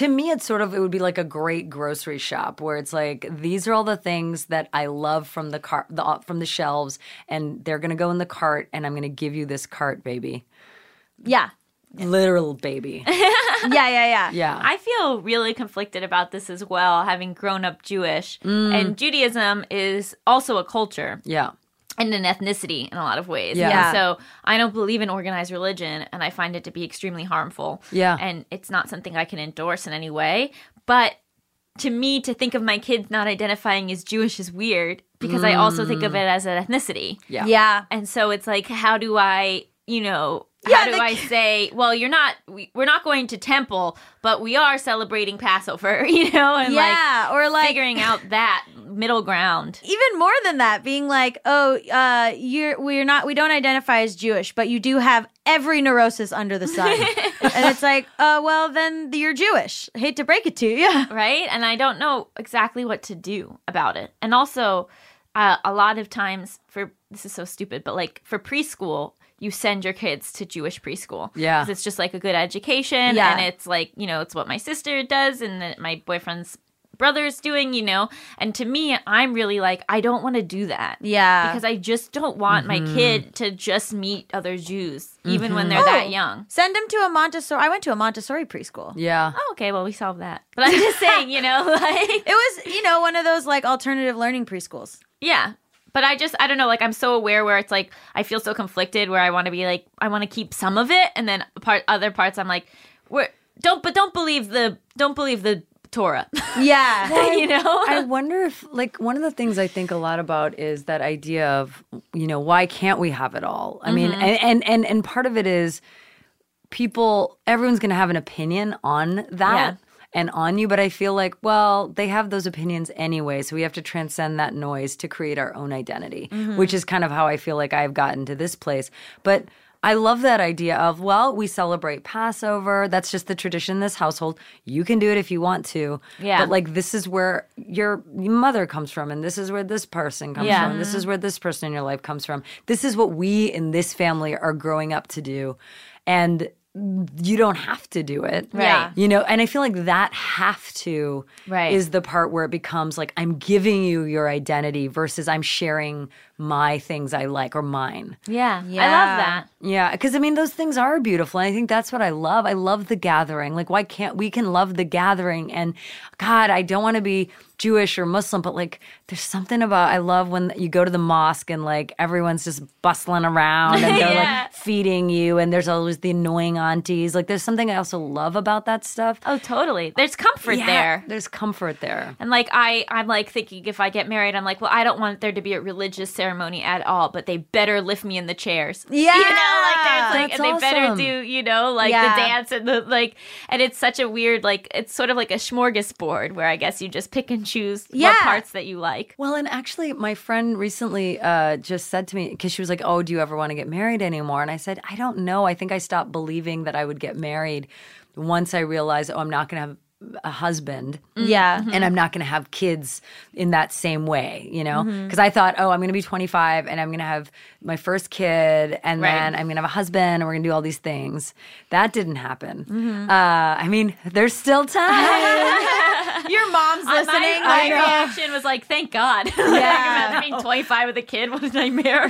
D: To me, it's sort of it would be like a great grocery shop where it's like these are all the things that I love from the cart, the, uh, from the shelves, and they're gonna go in the cart, and I'm gonna give you this cart, baby,
C: yeah
D: literal baby,
C: yeah yeah yeah
D: yeah.
B: I feel really conflicted about this as well, having grown up Jewish.
D: Mm.
B: And Judaism is also a culture
D: yeah.
B: and an ethnicity in a lot of ways.
D: Yeah.
C: Yeah.
B: And so I don't believe in organized religion and I find it to be extremely harmful.
D: Yeah.
B: And it's not something I can endorse in any way. But to me, to think of my kids not identifying as Jewish is weird because I also think
D: Mm.
B: of it as an ethnicity.
D: Yeah.
C: yeah
B: And so it's like, how do I, you know,
C: Yeah,
B: how do
C: the-
B: I say, well, you're not, we, we're not going to temple, but we are celebrating Passover, you know, and
C: yeah or
B: like
C: like
B: figuring out that middle ground.
C: even more than that being like oh uh you're we're not we don't identify as jewish but you do have every neurosis under the sun and it's like uh well then you're jewish hate to break it to you yeah
B: right? And I don't know exactly what to do about it. And also, uh, a lot of times for this is so stupid, but like for preschool, you send your kids to Jewish preschool.
D: Yeah.
B: 'Cause it's just like a good education,
C: Yeah.
B: and it's like you know, it's what my sister does, and that my boyfriend's brother's doing, you know. And to me, I'm really like, I don't want to do that.
C: yeah Mm-hmm.
B: Because I just don't want my kid to just meet other Jews, even when they're
C: Oh.
B: that young.
C: Send them to a Montessori. I went to a Montessori preschool.
D: Yeah.
B: Oh, okay, well, we solved that. But I'm just saying, you know, like.
C: It was, you know, one of those like alternative learning preschools.
B: Yeah. But I just I don't know like I'm so aware where it's like I feel so conflicted where I want to be like I want to keep some of it and then part other parts I'm like we don't but don't believe the don't believe the Torah.
D: Uh,
C: Yeah.
B: you know?
D: I wonder if, like, one of the things I think a lot about is that idea of, you know, why can't we have it all? I mean, and, and and and part of it is people, everyone's going to have an opinion on that.
B: Yeah.
D: and on you. But I feel like, well, they have those opinions anyway. So we have to transcend that noise to create our own identity,
B: Mm-hmm.
D: which is kind of how I feel like I've gotten to this place. But I love that idea of, well, we celebrate Passover. That's just the tradition in this household. You can do it if you want to.
B: Yeah.
D: But like, this is where your mother comes from, and this is where this person comes
B: Yeah.
D: from. This is where this person in your life comes from. This is what we in this family are growing up to do. And you don't have to do it.
B: Yeah.
D: You know, and I feel like that have to
B: Right.
D: is the part where it becomes like I'm giving you your identity versus I'm sharing my things I like or mine.
B: Yeah. I love
C: Yeah.
B: that.
D: Yeah, because I mean, those things are beautiful. And I think that's what I love. I love the gathering. Like, why can't we can love the gathering? And God, I don't want to be Jewish or Muslim, but like, there's something about I love when you go to the mosque and like everyone's just bustling around and they're
B: Yeah.
D: like feeding you, and there's always the annoying aunties. Like, there's something I also love about that stuff.
B: Oh, totally. There's comfort
D: Yeah,
B: there.
D: There's comfort there.
B: And like I, I'm like thinking if I get married, I'm like, well, I don't want there to be a religious ceremony at all, but they better lift me in the chairs.
C: Yeah.
B: you know, like there's like,
D: That's
B: and they better
D: awesome.
B: do, you know, like
C: Yeah.
B: the dance and the like, and it's such a weird, like it's sort of like a smorgasbord where I guess you just pick and choose
C: Yeah.
B: what parts that you like.
D: Well, and actually, my friend recently uh, just said to me because she was like, "Oh, do you ever want to get married anymore?" And I said, "I don't know. I think I stopped believing that I would get married once I realized, oh, I'm not going to have a husband."
C: Yeah.
D: and I'm not going to have kids in that same way, you know? Because I thought, oh, I'm going to be 25 and I'm going to have my first kid and
B: Right.
D: then I'm going to have a husband and we're going to do all these things. That didn't happen. Uh, I mean, there's still time.
C: Your mom's listening.
B: My,
C: like,
B: my reaction was like, thank God. like, imagine being 25 with a kid. What a nightmare.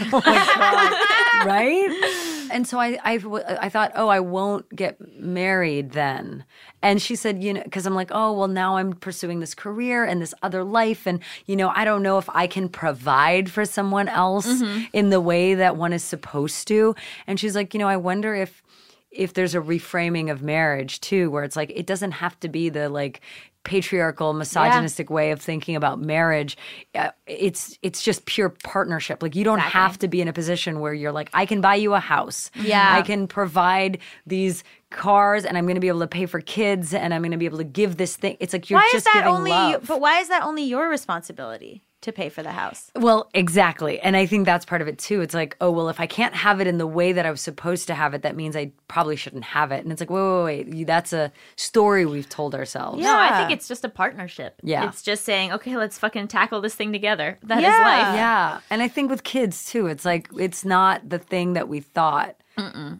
D: right? And so I, I, w- I thought, oh, I won't get married then. And she said, you know, because I'm like, oh, well, now I'm pursuing this career and this other life. And, you know, I don't know if I can provide for someone else in the way that one is supposed to. And she's like, you know, I wonder if, if there's a reframing of marriage too, where it's like, it doesn't have to be the like, patriarchal misogynistic way of thinking about marriage Uh, it's it's just pure partnership like you don't have to be in a position where you're like i can buy you a house
C: Yeah.
D: i can provide these cars and i'm going to be able to pay for kids and i'm going to be able to give this thing it's like you're
C: why is
D: just
C: that
D: giving
C: only?
D: love.
C: But why is that only your responsibility to pay for the house?
D: Well, exactly. And I think that's part of it too. It's like, oh, well, if I can't have it in the way that I was supposed to have it, that means I probably shouldn't have it. And it's like, wait, wait, wait. You, that's a story we've told ourselves.
B: No, I
C: Yeah.
B: think it's just a partnership.
D: Yeah.
B: It's just saying, okay, let's fucking tackle this thing together. That is
C: Yeah.
B: life.
D: Yeah. And I think with kids too, it's like, it's not the thing that we thought.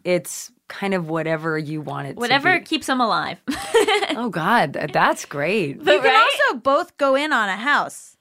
D: It's kind of whatever you want it to
B: Whatever
D: be.
B: keeps them alive.
D: Oh, God. th- That's great.
C: You can
B: Right?
C: also both go in on a house,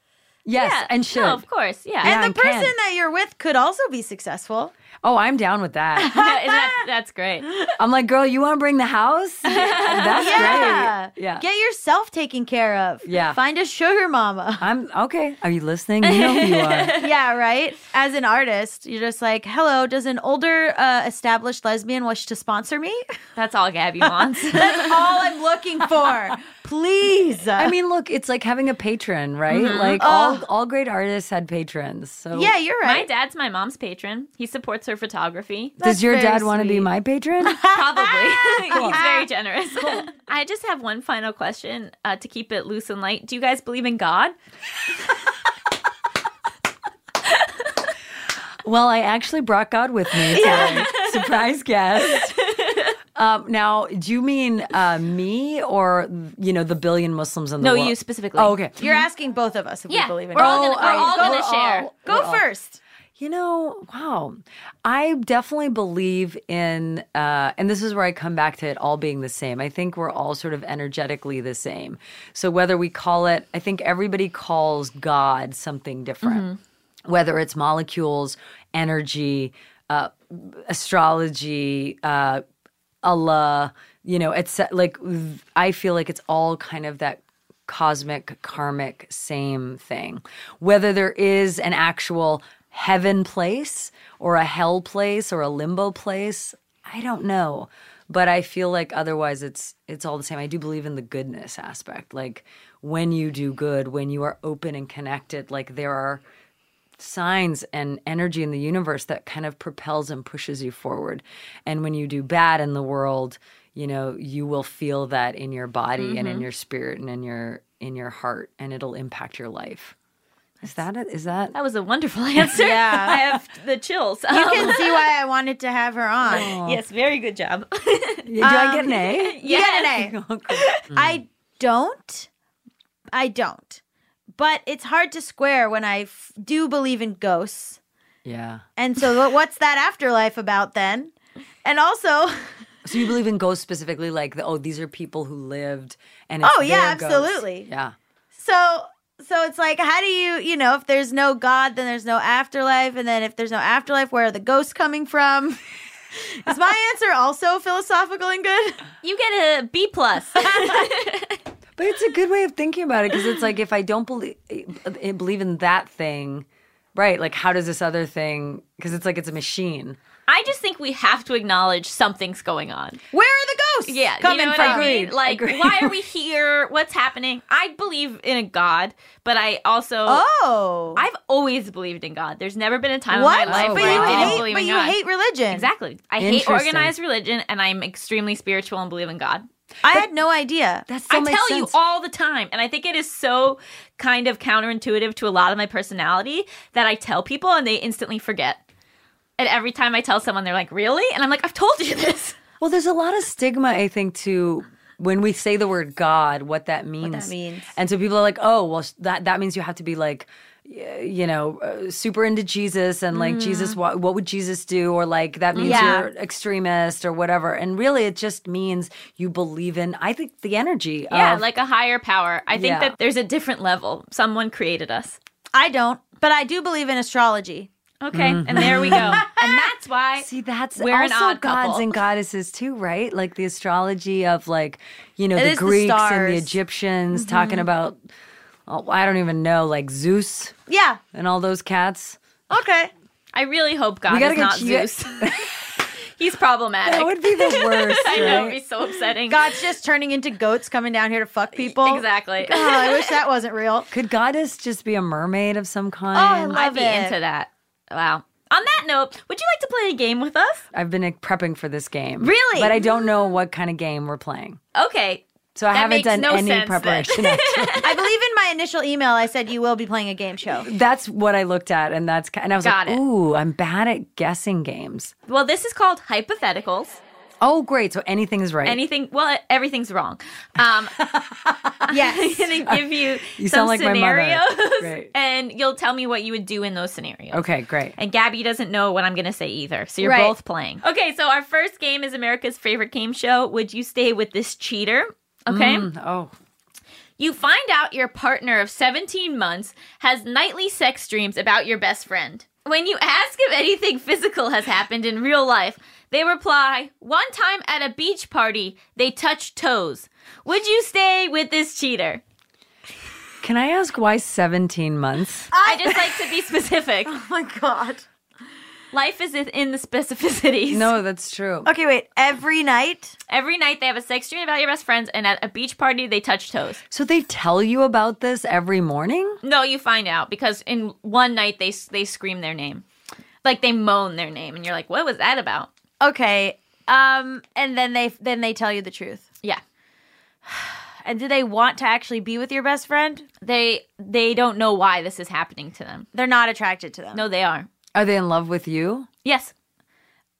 D: yes.
B: Yeah.
D: And should.
B: No, of course. Yeah.
D: Yeah.
C: and
D: I
C: the person
D: can.
C: that you're with could also be successful.
D: Oh, I'm down with that.
B: That- is that- that's great.
D: I'm like, girl, you want to bring the house? That's
C: Yeah.
D: great. Yeah.
C: Get yourself taken care of.
D: Yeah.
C: Find a sugar mama.
D: I'm okay. Are you listening? You know who you are.
C: yeah, right? As an artist, you're just like, hello, does an older uh, established lesbian wish to sponsor me?
B: That's all Gabby wants.
C: That's all I'm looking for. Please.
D: I mean, look, it's like having a patron, right? Like all all great artists had patrons. So
C: Mm-hmm. Oh. yeah, you're
B: my
C: right.
B: dad's my mom's patron. He supports her photography.
D: does your
C: very
D: dad want to be
C: sweet.
D: my patron?
B: Probably. He's very generous. I just have one final question uh, to keep it loose and light. Do you guys believe in God?
D: well, I actually brought God with me. today. Surprise guest. Um, now, do you mean uh, me or you know the billion Muslims in the
B: No,
D: world?
B: you specifically.
D: Oh, okay.
C: You're asking both of us if
B: Yeah,
C: we believe in
B: we're
C: God.
B: all gonna- we're
D: Oh,
B: all
D: go-
B: gonna
D: we're
B: share.
D: all-
C: Go
D: we're all-
C: first.
D: You know, wow. I definitely believe in, uh, and this is where I come back to it all being the same. I think we're all sort of energetically the same. So whether we call it, I think everybody calls God something different,
B: Mm-hmm.
D: whether it's molecules, energy, uh, astrology, uh, Allah, you know, it's like th- I feel like it's all kind of that cosmic, karmic, same thing. Whether there is an actual heaven place or a hell place or a limbo place, I don't know. But I feel like otherwise it's it's all the same. I do believe in the goodness aspect. Like when you do good, when you are open and connected, like there are signs and energy in the universe that kind of propels and pushes you forward. And when you do bad in the world, you know, you will feel that in your body and
C: Mm-hmm.
D: in your spirit and in your in your heart and it'll impact your life. Is that it? Is that
C: Uh,
B: That was a wonderful answer.
C: Yeah.
B: I have the chills.
C: You can see why I wanted to have her on.
B: yes, very good job.
D: do I
C: um,
D: get an A?
C: You get an A. Mm. I don't. I don't. But it's hard to square when I f- do believe in ghosts.
D: yeah.
C: And so, what- what's that afterlife about then? And also,
D: So you believe in ghosts specifically, like the, oh, these are people who lived, and it's
C: Oh, yeah,
D: their ghosts.
C: absolutely.
D: yeah.
C: so so it's like, how do you, you know, if there's no God, then there's no afterlife, and then if there's no afterlife, where are the ghosts coming from? Is my answer also philosophical and good?
B: you get a B plus.
D: But it's a good way of thinking about it because it's like if I don't believe believe in that thing, right? Like how does this other thing? Because it's like it's a machine.
B: I just think we have to acknowledge something's going on.
C: Where are the ghosts
B: Yeah,
C: coming
B: you know what
C: from?
B: I mean?
D: Agreed,
B: Like,
D: agreed.
B: why are we here? What's happening? I believe in a God, but I also
C: Oh,
B: I've always believed in God. There's never been a time
C: what?
B: in my life
C: but
B: where
C: you
B: I didn't
C: hate,
B: believe
C: but
B: in
C: you
B: God.
C: hate religion.
B: exactly. I hate
D: Interesting.
B: organized religion, and I'm extremely spiritual and believe in God.
C: I had no idea.
D: That's
B: I tell you all the time, and I think it is so kind of counterintuitive to a lot of my personality that I tell people and they instantly forget. And every time I tell someone, they're like, "Really?" And I'm like, "I've told you this."
D: Well, there's a lot of stigma, I think, to when we say the word God, what that means.
C: means.
D: And so people are like, oh, well, sh- that that means you have to be like, y- you know, uh, super into Jesus and like Jesus, what, what would Jesus do? Or like that means
C: Yeah.
D: you're extremist or whatever. And really, it just means you believe in. I think the energy.
B: Yeah,
D: of,
B: like a higher power. I think
D: Yeah.
B: that there's a different level. Someone created us.
C: I don't, but I do believe in astrology.
B: Okay,
D: Mm-hmm.
B: and there we go. And that's why.
D: See, that's
B: We're an
D: also
B: odd
D: gods
B: couple.
D: and goddesses too, right? Like the astrology of like, you know,
C: It
D: the
C: is the
D: Greeks and the
C: stars.
D: Egyptians
B: Mm-hmm.
D: talking about, oh, I don't even know, like Zeus
C: Yeah.
D: and all those cats.
C: Okay.
B: I really hope God
D: We gotta
B: is
D: get
B: not
D: you-
B: Zeus. He's problematic.
D: That would be the worst,
B: I know, it'd be
D: right?
B: so upsetting.
C: God's just turning into goats coming down here to fuck people.
B: E, exactly.
C: Oh, I wish that wasn't real.
D: Could goddess just be a mermaid of
B: Oh.
D: some
C: I
D: kind?
C: love-
B: I'd be
C: it.
B: into that. Wow. On that note, would you like to play a game with us?
D: I've been like, prepping for this game.
B: Really?
D: But I don't know what kind of game we're playing.
B: Okay.
D: So I
B: That
D: haven't
B: makes
D: done
B: no
D: any
B: sense then.
D: preparation. actually.
C: I believe in my initial email, I said you will be playing a game show.
D: that's what I looked at, and that's ki- and I was
B: Got
D: like,
B: it.
D: "Ooh, I'm bad at guessing games."
B: Well, this is called hypotheticals.
D: Oh, great! So anything is right.
B: Anything, well, everything's wrong. Um, I'm
C: Yes.
B: going to give you,
D: You
B: some
D: sound like my mother.
B: scenarios,
D: Great.
B: and you'll tell me what you would do in those scenarios.
D: Okay, great.
B: And Gabby doesn't know what I'm going to say either. So you're
C: Right.
B: both playing. Okay, so our first game is America's favorite game show. Would you stay with this cheater? Okay.
D: Oh,
B: You find out your partner of 17 months has nightly sex dreams about your best friend. When you ask if anything physical has happened in real life, they reply, One time at a beach party, they touched toes. Would you stay with this cheater?
D: can I ask why 17 months?
B: I just like to be specific.
C: Oh my god.
B: Life is in the specificities.
D: No, that's true.
B: Uh,
C: Okay, wait. Every night?
B: Every night they have a sex dream about your best friends, and at a beach party, they touch toes.
D: So they tell you about this every morning?
B: No, you find out because in one night they they scream their name, like they moan their name, and you're like, "What was that about?"
C: Okay. Um and then they then they tell you the truth.
B: Yeah,
C: And do they want to actually be with your best friend?
B: they they don't know why this is happening to them.
C: They're not attracted to them.
B: No, they are.
D: Are they in love with you
B: Yes,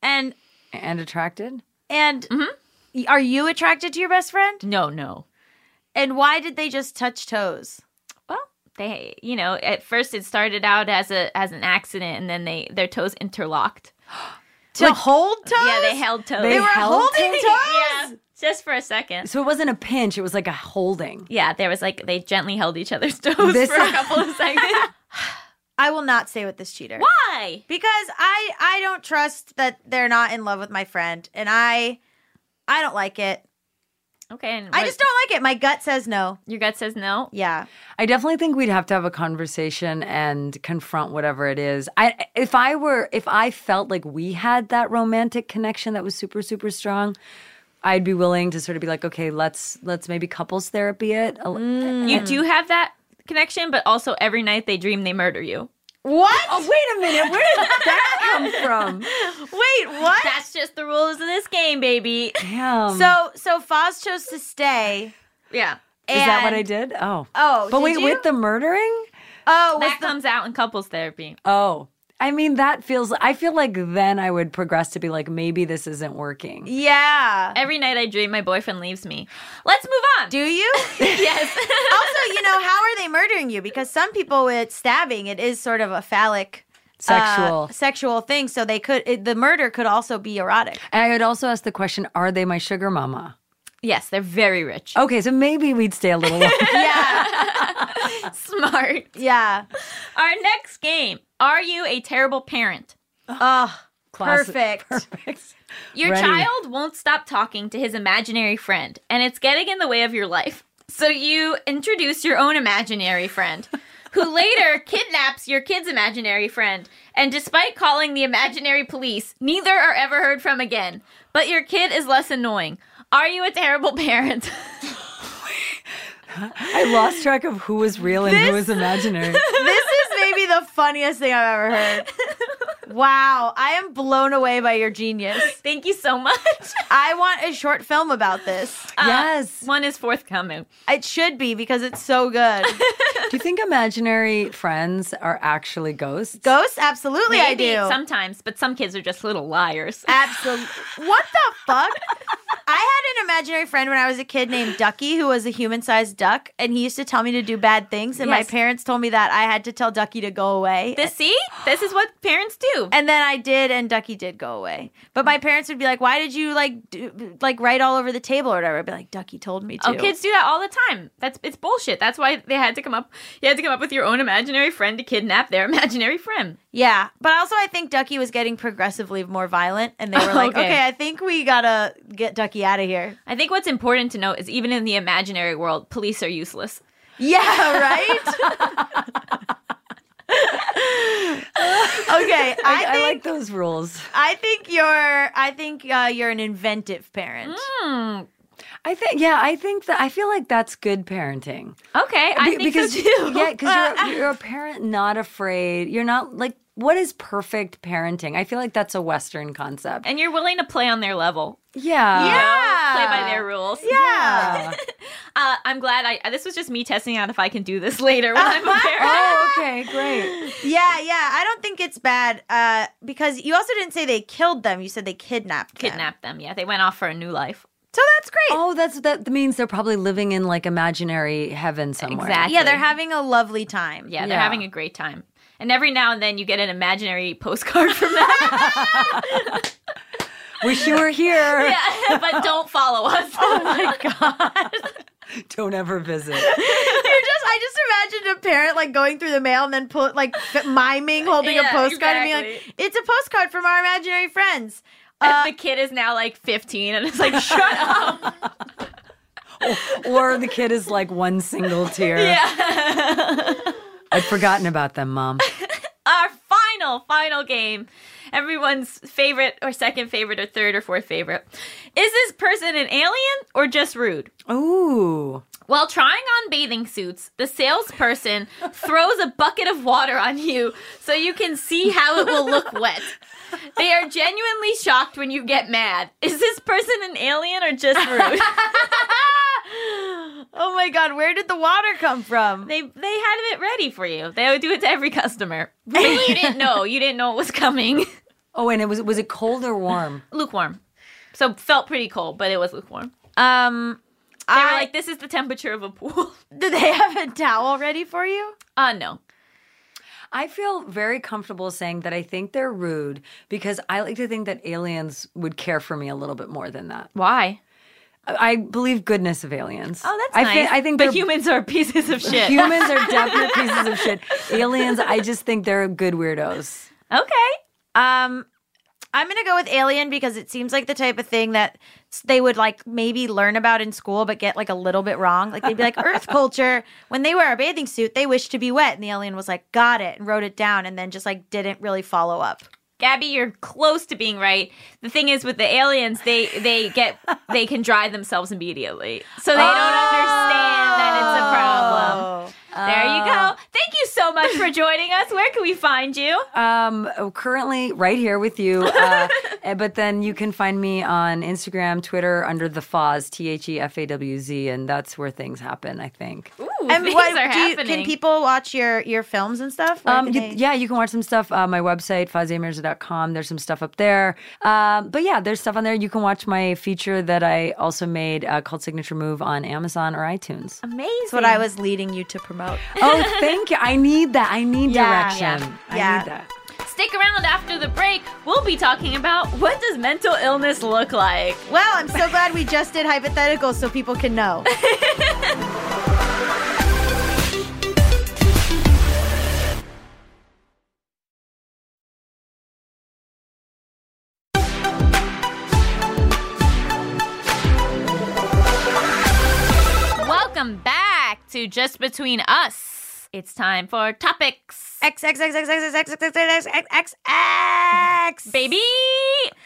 C: And
D: and attracted?
C: and are you attracted to your best friend?
B: no, no.
C: And why did they just touch toes?
B: Well, they you know at first it started out as a as an accident, and then they their toes interlocked.
C: To hold toes?
B: Yeah, they held toes.
D: They
C: They were
D: held
C: holding
D: toes?
C: toes.
B: yeah, just for a second.
D: So it wasn't a pinch, it was like a holding.
B: Yeah, there was like they gently held each other's toes
D: This-
B: for a couple of seconds.
C: I will not stay with this cheater.
B: Why?
C: because I I don't trust that they're not in love with my friend, and I I don't like it.
B: Okay, and
C: I just don't like it. My gut says no.
B: Your gut says no.
C: Yeah,
D: I definitely think we'd have to have a conversation and confront whatever it is. I if I were if I felt like we had that romantic connection that was super super strong, I'd be willing to sort of be like, "Okay, let's let's maybe couples therapy it." a-
B: You do have that connection, but also every night they dream they murder you.
C: What?
D: Oh, wait a minute. Where did that come from?
C: wait, what?
B: That's just the rules of this game, baby.
D: Damn.
C: so so Foz chose to stay.
B: Yeah.
D: is that what I
C: and-
D: did? Oh.
C: Oh,
D: But
C: did
D: wait,
C: you?
D: with the murdering?
C: Oh, was
B: That comes out in couples therapy.
D: Oh. I mean, that feels, I feel like then I would progress to be like, maybe this isn't working.
C: yeah.
B: Every night I dream my boyfriend leaves me. Let's move on.
C: Do you?
B: yes.
C: also, you know, how are they murdering you? Because some people with stabbing, it is sort of a phallic uh,
D: Sexual.
C: sexual thing. So they could it, the murder could also be erotic.
D: and I would also ask the question, are they my sugar mama?
B: yes, they're very rich.
D: Okay, so maybe we'd stay a little longer.
C: Yeah,
B: Smart.
C: yeah.
B: Our next game. Are you a terrible parent?
C: Oh,
D: Classic-
C: perfect.
D: Perfect.
B: Your
D: Ready.
B: child won't stop talking to his imaginary friend, and it's getting in the way of your life. So you introduce your own imaginary friend, who later kidnaps your kid's imaginary friend. And despite calling the imaginary police, neither are ever heard from again. But your kid is less annoying. Are you a terrible parent?
D: I lost track of who was real and who was imaginary.
C: This is maybe the funniest thing I've ever heard. Wow, I am blown away by your genius.
B: Thank you so much.
C: I want a short film about this.
B: Uh,
D: yes.
B: One is forthcoming.
C: It should be because it's so good.
D: Do you think imaginary friends are actually ghosts?
C: Ghosts? Absolutely, I
B: Maybe
C: do.
B: Sometimes, but some kids are just little liars. Uh,
C: Absolutely. What the fuck? I had an imaginary friend when I was a kid named Ducky who was a human sized duck, and he used to tell me to do bad things. And
B: Yes.
C: my parents told me that I had to tell Ducky to go away.
B: This, see, this is what parents do.
C: and then I did, and Ducky did go away. But my parents would be like, "Why did you like do, like write all over the table or whatever?" I'd be like, "Ducky told me to."
B: Oh, kids do that all the time. That's it's bullshit. That's why they had to come up. You had to come up with your own imaginary friend to kidnap their imaginary friend.
C: Yeah, but also I think Ducky was getting progressively more violent, and they were like,
B: Okay.
C: "Okay, I think we gotta get Ducky out of here."
B: I think what's important to note is even in the imaginary world, police are useless.
C: Yeah, right? okay, I,
D: I,
C: think, I,
D: like those rules.
C: think you're I think uh, you're an inventive parent.
B: Mm.
D: I think, yeah, I think that I feel like that's good parenting.
B: Okay, I
D: Be-
B: think so too.
D: Yeah, because you're, you're a parent not afraid. You're not like, what is perfect parenting? I feel like that's a Western concept.
B: and you're willing to play on their level.
D: Yeah.
B: Play by their rules.
C: Yeah.
B: Uh, I'm glad I. This was just me testing out if I can do this later when I'm a parent.
D: Oh, okay, great.
C: Yeah, yeah. I don't think it's bad uh, because you also didn't say they killed them. You said they kidnapped them.
B: Kidnap them. Yeah, they went off for a new life.
C: So that's great.
D: Oh, that's that means they're probably living in like imaginary heaven somewhere.
B: Exactly.
C: yeah, they're having a lovely time.
B: Yeah, they're
D: Yeah.
B: having a great time. And every now and then you get an imaginary postcard from them.
D: Wish you were here.
B: yeah, but don't follow us.
D: Don't ever visit.
C: You're just I just imagined a parent like going through the mail and then pull like f- miming holding
B: Yeah,
C: a postcard and being
B: exactly.
C: like, "It's a postcard from our imaginary friends."
B: And the kid is now like 15 and it's like, shut up.
D: Or the kid is like one single tear.
B: Yeah.
D: I'd forgotten about them, mom.
B: Our final, final game. Everyone's favorite or second favorite or third or fourth favorite. Is this person an alien or just rude?
D: Ooh.
B: While trying on bathing suits, the salesperson throws a bucket of water on you so you can see how it will look wet. They are genuinely shocked when you get mad. Is this person an alien or just rude?
C: Oh my god, where did the water come from?
B: They they had it ready for you. They would do it to every customer. But you didn't know. You didn't know it was coming.
D: Oh, and it was was it cold or warm?
B: lukewarm. So felt pretty cold, but it was lukewarm.
C: Um,
B: They
C: I
B: were like, "This is the temperature of a pool."
C: did they have a towel ready for you?
B: Uh no.
D: I feel very comfortable saying that I think they're rude because I like to think that aliens would care for me a little bit more than that.
B: Why?
D: I I believe goodness of aliens.
B: Oh, that's
D: I
B: nice.
D: Think, I think
B: but
D: they're-
B: humans are pieces of shit.
D: humans are definite pieces of shit. Aliens, I just think they're good weirdos.
B: okay.
C: Um, I'm gonna go with alien because it seems like the type of thing that s- they would like maybe learn about in school, but get like a little bit wrong. Like they'd be like Earth culture. When they wear a bathing suit, they wish to be wet, and the alien was like, "Got it," and wrote it down, and then just like didn't really follow up.
B: Gabby, you're close to being right. The thing is, with the aliens, they they get they can dry themselves immediately, so they don't understand that it's a problem.
C: Oh.
B: there you go. Thank you so much for joining us. Where can we find you?
D: Um, oh, currently, right here with you. Uh, eh, but then you can find me on Instagram, Twitter, under the Fawz, T H E F A W Z, and that's where things happen. I think.
B: Ooh,
C: And
B: things
C: what
B: are
C: do you,
B: happening.
C: can people watch your your films and stuff? Where
D: Um,
C: can
D: you-
C: they-
D: yeah, you can watch some stuff. Uh, my website, fazemirza.com. There's some stuff up there. Um, but yeah, there's stuff on there. You can watch my feature that I also made uh, called Signature Move on Amazon or iTunes.
B: Amazing.
C: That's what I was leading you to promote.
D: oh, thank you. I need that. I need
C: Yeah.
D: direction. I
C: Yeah.
D: need that.
B: Stick around after the break. We'll be talking about what does mental illness look like.
C: Well, I'm so glad we just did hypotheticals so people can know.
B: Welcome back to Just Between Us. It's time for topics.
C: X X X X X X X X X X X X X
B: baby.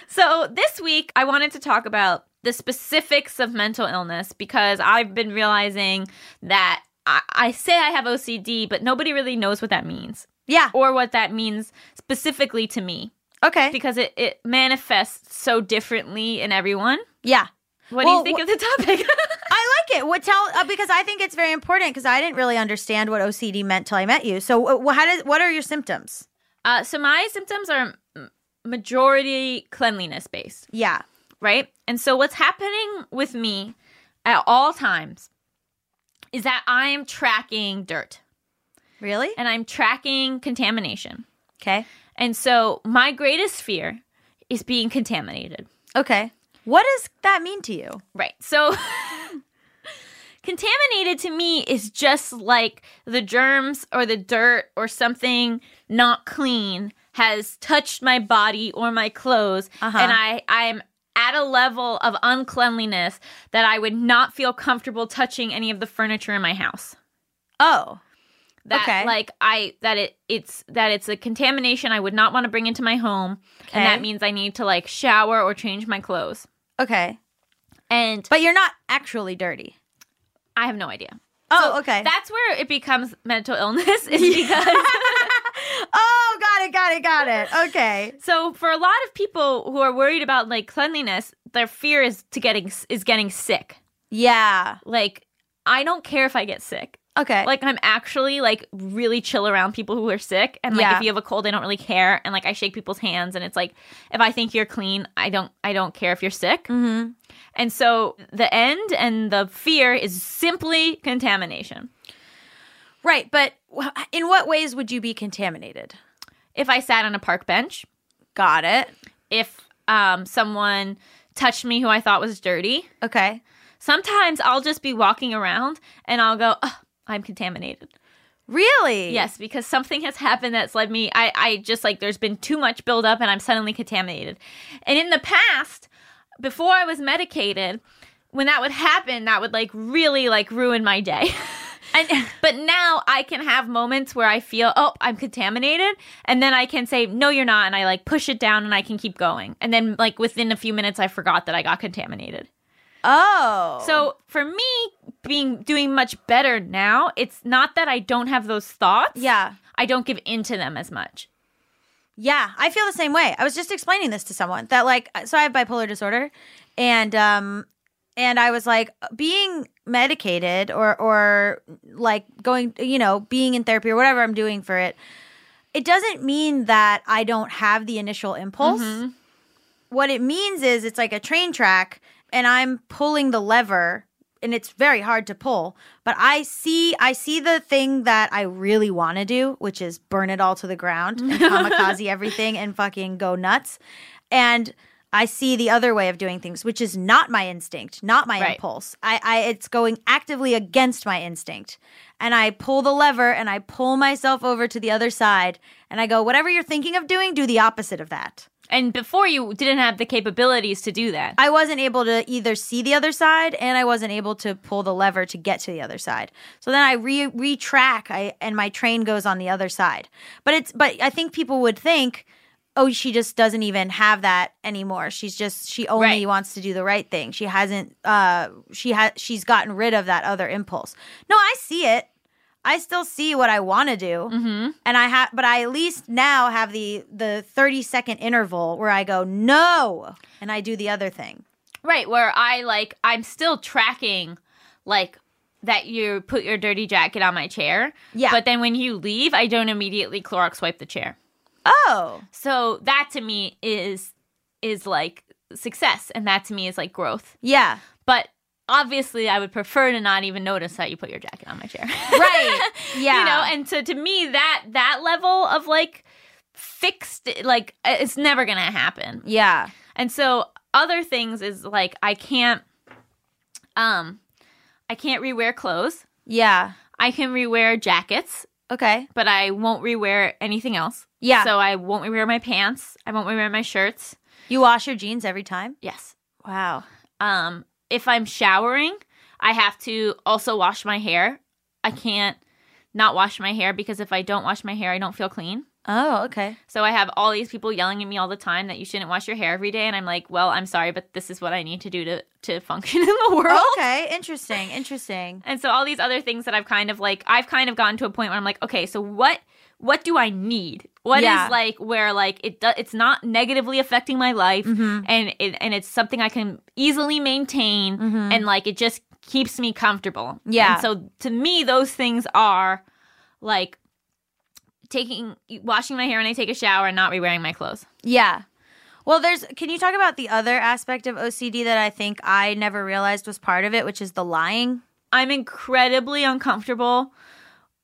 B: So this week I wanted to talk about the specifics of mental illness because I've been realizing that I, I say I have OCD, but nobody really knows what that means
C: Yeah.
B: or what that means specifically to me
C: Okay.
B: because it, it manifests so differently in everyone.
C: Yeah.
B: What
C: Well,
B: do you think of the topic?
C: I like it. What tell uh, because I think it's very important because I didn't really understand what OCD meant till I met you. So, uh, wh- how does what are your symptoms?
B: uh, so my symptoms are m- majority cleanliness based.
C: Yeah.
B: right? And so what's happening with me at all times is that I am tracking dirt
C: Really?
B: and I'm tracking contamination.
C: Okay.
B: And so my greatest fear is being contaminated.
C: Okay. What does that mean to you?
B: Right. So contaminated to me is just like the germs or the dirt or something not clean has touched my body or my clothes
C: Uh-huh.
B: and I I'm at a level of uncleanliness that I would not feel comfortable touching any of the furniture in my house.
C: Oh.
B: That
C: Okay.
B: like I that it it's that it's a contamination I would not want to bring into my home
C: Okay.
B: and that means I need to like shower or change my clothes.
C: Okay.
B: And
C: But you're not actually dirty.
B: I have no idea.
C: Oh,
B: So
C: okay.
B: That's where it becomes mental illness is because
C: oh, got it, got it, got it. Okay.
B: so for a lot of people who are worried about like cleanliness, their fear is to getting is getting sick.
C: Yeah.
B: Like I don't care if I get sick.
C: Okay.
B: Like I'm actually like really chill around people who are sick and like
C: Yeah.
B: if you have a cold I don't really care and like I shake people's hands and it's like if I think you're clean, I don't I don't care if you're sick.
C: Mhm.
B: And so the end and the fear is simply contamination.
C: right, but wh- in what ways would you be contaminated?
B: If I sat on a park bench,
C: Got it.
B: if um, someone touched me who I thought was dirty.
C: Okay.
B: Sometimes I'll just be walking around and I'll go, "Ugh, I'm contaminated.
C: Really?
B: Yes, because something has happened that's led me. I, I just like there's been too much buildup and I'm suddenly contaminated. And in the past, before I was medicated, when that would happen, that would like really like ruin my day. and but now I can have moments where I feel, oh, I'm contaminated, and then I can say, no, you're not, and I like push it down and I can keep going. And then like within a few minutes, I forgot that I got contaminated.
C: Oh.
B: So for me, being doing much better now, it's not that I don't have those thoughts.
C: yeah.
B: I don't give in to them as much.
C: Yeah, I feel the same way. I was just explaining this to someone that like uh, so I have bipolar disorder and um and I was like being medicated or or like going you know, being in therapy or whatever I'm doing for it. It doesn't mean that I don't have the initial impulse.
B: Mm-hmm.
C: What it means is it's like a train track and I'm pulling the lever and it's very hard to pull, but I see I see the thing that I really want to do, which is burn it all to the ground and kamikaze everything and fucking go nuts. And I see the other way of doing things, which is not my instinct, not my
B: Right.
C: impulse. I, I it's going actively against my instinct. And I pull the lever and I pull myself over to the other side and I go, whatever you're thinking of doing, do the opposite of that.
B: And before you didn't have the capabilities to do that.
C: I wasn't able to either see the other side and I wasn't able to pull the lever to get to the other side. So then I re retrack I and my train goes on the other side. But it's but I think people would think oh she just doesn't even have that anymore. She's just she only
B: Right.
C: wants to do the right thing. She hasn't uh she has she's gotten rid of that other impulse. No, I see it. I still see what I want to do, and I have, but I at least now have the the thirty second interval where I go no, and I do the other thing.
B: Right, where I like I'm still tracking like that you put your dirty jacket on my chair.
C: Yeah.
B: But then when you leave, I don't immediately Clorox wipe the chair.
C: Oh,
B: So that to me is is like success and that to me is like growth.
C: yeah,
B: But obviously I would prefer to not even notice that you put your jacket on my chair.
C: right, yeah,
B: you know, and so to me that that level of like fixed like it's never going to happen.
C: yeah,
B: And so other things is like I can't um I can't rewear clothes.
C: yeah.
B: I can rewear jackets,
C: Okay,
B: but I won't rewear anything else.
C: yeah.
B: So I won't rewear my pants. I won't rewear my shirts.
C: you wash your jeans every time.
B: Yes.
C: Wow.
B: Um if I'm showering, I have to also wash my hair. I can't not wash my hair because if I don't wash my hair, I don't feel clean.
C: Oh, okay.
B: So I have all these people yelling at me all the time that you shouldn't wash your hair every day, and I'm like, well, I'm sorry, but this is what I need to do to to function in the world.
C: Okay, interesting, interesting.
B: And so all these other things that I've kind of like, I've kind of gotten to a point where I'm like, okay, so what what do I need? What is
C: Yeah.
B: like where like it do, it's not negatively affecting my life,
C: Mhm.
B: and it, and it's something I can easily maintain,
C: Mhm.
B: and like it just keeps me comfortable.
C: Yeah.
B: And so to me, those things are like taking washing my hair when I take a shower and not re-wearing my clothes.
C: Yeah. Well, there's. Can you talk about the other aspect of OCD that I think I never realized was part of it, which is the lying?
B: I'm incredibly uncomfortable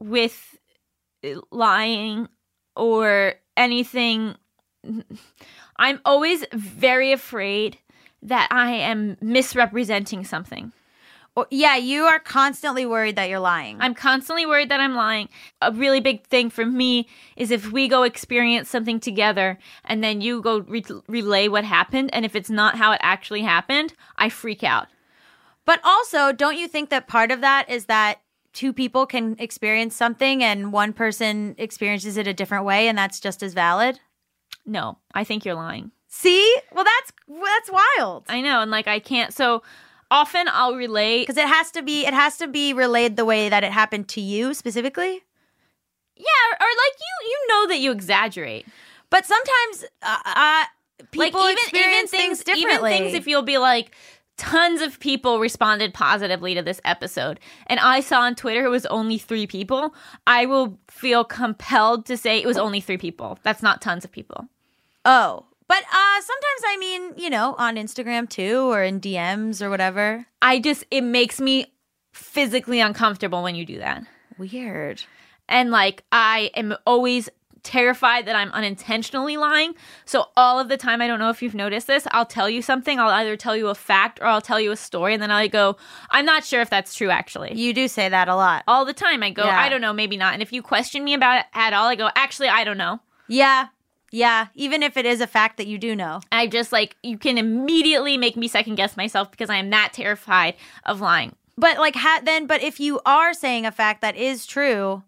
B: with eh, lying or anything. I'm always very afraid that I am misrepresenting something.
C: Or, yeah, you are constantly worried that you're lying.
B: I'm constantly worried that I'm lying. A really big thing for me is if we go experience something together and then you go re- relay what happened, and if it's not how it actually happened, I freak out.
C: but also, don't you think that part of that is that two people can experience something and one person experiences it a different way, and that's just as valid?
B: No, I think you're lying.
C: See, well, that's that's wild
B: I know, and like I can't. So often I'll relate.
C: because it has to be it has to be relayed the way that it happened to you specifically.
B: Yeah, or, or like you, you know that you exaggerate.
C: But sometimes, uh, uh, people
B: like
C: experience things, differently.
B: Even things if you'll be like. Tons of people responded positively to this episode. And I saw on Twitter it was only three people. I will feel compelled to say it was only three people. That's not tons of people.
C: Oh, but uh sometimes I mean, you know, on Instagram too or in DMs or whatever.
B: I just, it makes me physically uncomfortable when you do that.
C: Weird.
B: and like I am always terrified that I'm unintentionally lying. So all of the time, I don't know if you've noticed this. I'll tell you something. I'll either tell you a fact or I'll tell you a story, and then I go, I'm not sure if that's true actually.
C: You do say that a lot.
B: All the time, I go,
C: Yeah.
B: I don't know, maybe not. And if you question me about it at all, I go, actually, I don't know.
C: Yeah. Yeah, even if it is a fact that you do know.
B: I just like you can immediately make me second guess myself because I am that terrified of lying.
C: But like ha- then but if you are saying a fact that is true,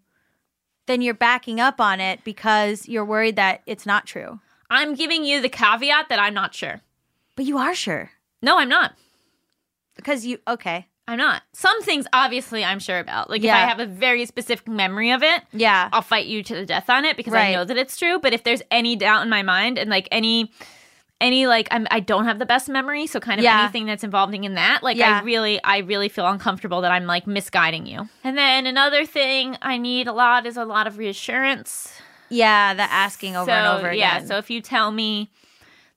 C: then you're backing up on it because you're worried that it's not true.
B: I'm giving you the caveat that I'm not sure.
C: But you are sure
B: No, I'm not.
C: because you okay.
B: I'm not. Some things, obviously, I'm sure about. Like
C: Yeah.
B: if I have a very specific memory of it,
C: Yeah.
B: I'll fight you to the death on it because
C: Right.
B: I know that it's true. But if there's any doubt in my mind and like any, any like I'm, I don't have the best memory, so kind of
C: Yeah.
B: anything that's involving in that, like
C: Yeah.
B: I really, I really feel uncomfortable that I'm like misguiding you. And then another thing I need a lot is a lot of reassurance
C: Yeah, the asking over
B: so,
C: and over again.
B: Yeah. So if you tell me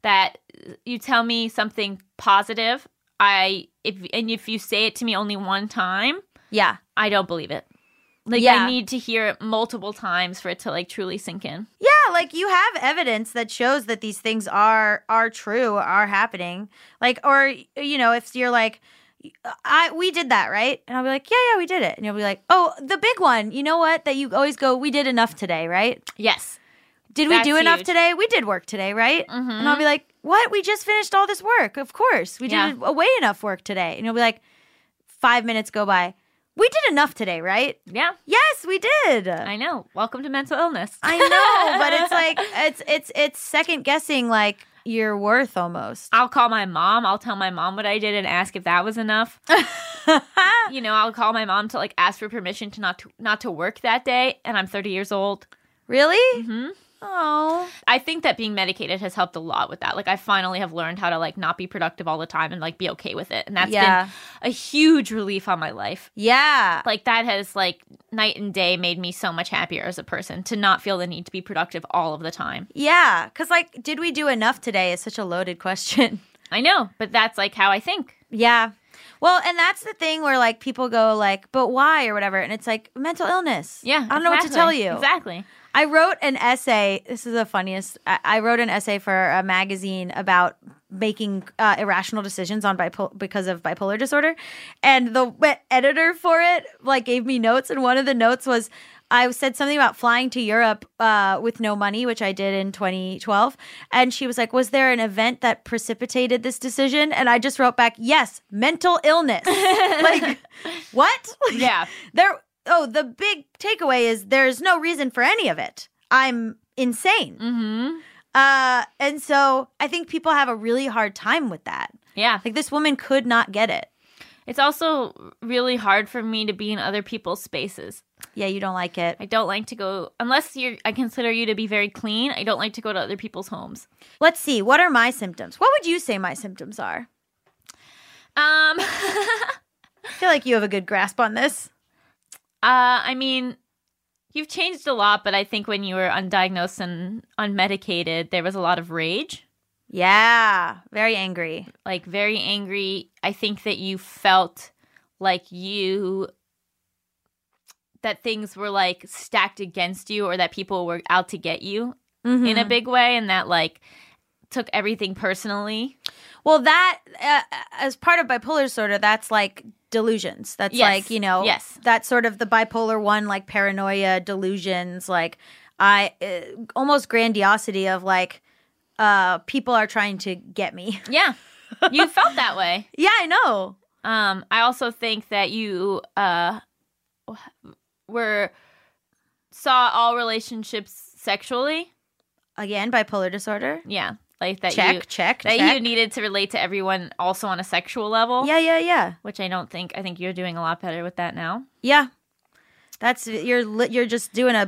B: that you tell me something positive, I if and if you say it to me only one time,
C: yeah.
B: I don't believe it. Like
C: Yeah.
B: I need to hear it multiple times for it to like truly sink in.
C: Yeah, like you have evidence that shows that these things are are true, are happening. Like or you know, if you're like I we did that, right? And I'll be like, "Yeah, yeah, we did it." And you'll be like, "Oh, the big one. You know what? That you always go, "We did enough today, right?
B: Yes.
C: Did we
B: That's
C: do enough
B: huge. Mm-hmm.
C: today? We did work today, right?" And I'll be like, "What? We just finished all this work. Of course. We
B: Yeah.
C: did way enough work today." And you'll be like, 5 minutes go by. "We did enough today, right?"
B: Yeah.
C: "Yes, we did."
B: I know. Welcome to mental illness.
C: I know, but it's like it's it's it's second guessing like your worth almost.
B: I'll call my mom. I'll tell my mom what I did and ask if that was enough. you know, I'll call my mom to like ask for permission to not to, not to work that day, and I'm 30 years old.
C: Really? Mm-hmm. Oh.
B: I think that being medicated has helped a lot with that. Like I finally have learned how to like not be productive all the time and like be okay with it. And that's
C: Yeah.
B: been a huge relief on my life.
C: Yeah.
B: Like that has like night and day made me so much happier as a person to not feel the need to be productive all of the time.
C: Yeah. Because, like, did we do enough today is such a loaded question.
B: I know, but that's like how I think.
C: yeah. Well, and that's the thing where, like, people go, like, but why or whatever. And it's like mental illness.
B: Yeah.
C: I don't know what to
B: exactly.
C: tell you.
B: Exactly.
C: I wrote an essay. This is the funniest. I, I wrote an essay for a magazine about making uh, irrational decisions on bipolar because of bipolar disorder, and the wet editor for it like gave me notes, and one of the notes was. I said something about flying to Europe uh, with no money, which I did in 2012. And she was like, Was there an event that precipitated this decision? And I just wrote back, Yes, mental illness. like, what? Like,
B: Yeah.
C: there oh the big takeaway is there's no reason for any of it i'm insane
B: Mm-hmm.
C: uh and so i think people have a really hard time with that
B: Yeah.
C: like this woman could not get it
B: It's also really hard for me to be in other people's spaces.
C: yeah you don't like it
B: I don't like to go unless you're I consider you to be very clean. I don't like to go to other people's homes.
C: let's see what are my symptoms what would you say my symptoms are
B: Um
C: i feel like you have a good grasp on this
B: Uh, I mean, you've changed a lot, but I think when you were undiagnosed and unmedicated, there was a lot of rage,
C: yeah very angry
B: like very angry. I think that you felt like you that things were like stacked against you or that people were out to get you in
C: Mm-hmm.
B: a big way and that like took everything personally.
C: well that uh, as part of bipolar disorder that's like delusions that's
B: Yes,
C: like you know
B: yes.
C: that sort of the bipolar one like paranoia delusions like i uh, almost grandiosity of like uh people are trying to get me
B: Yeah. you felt that way.
C: yeah i know
B: Um, I also think that you uh, were saw all relationships sexually.
C: again bipolar disorder
B: Yeah, like that.
C: check
B: you,
C: check
B: That
C: check.
B: you needed to relate to everyone also on a sexual level.
C: yeah yeah yeah
B: Which I don't think. I think you're doing a lot better with that now.
C: yeah that's you're li- you're just doing a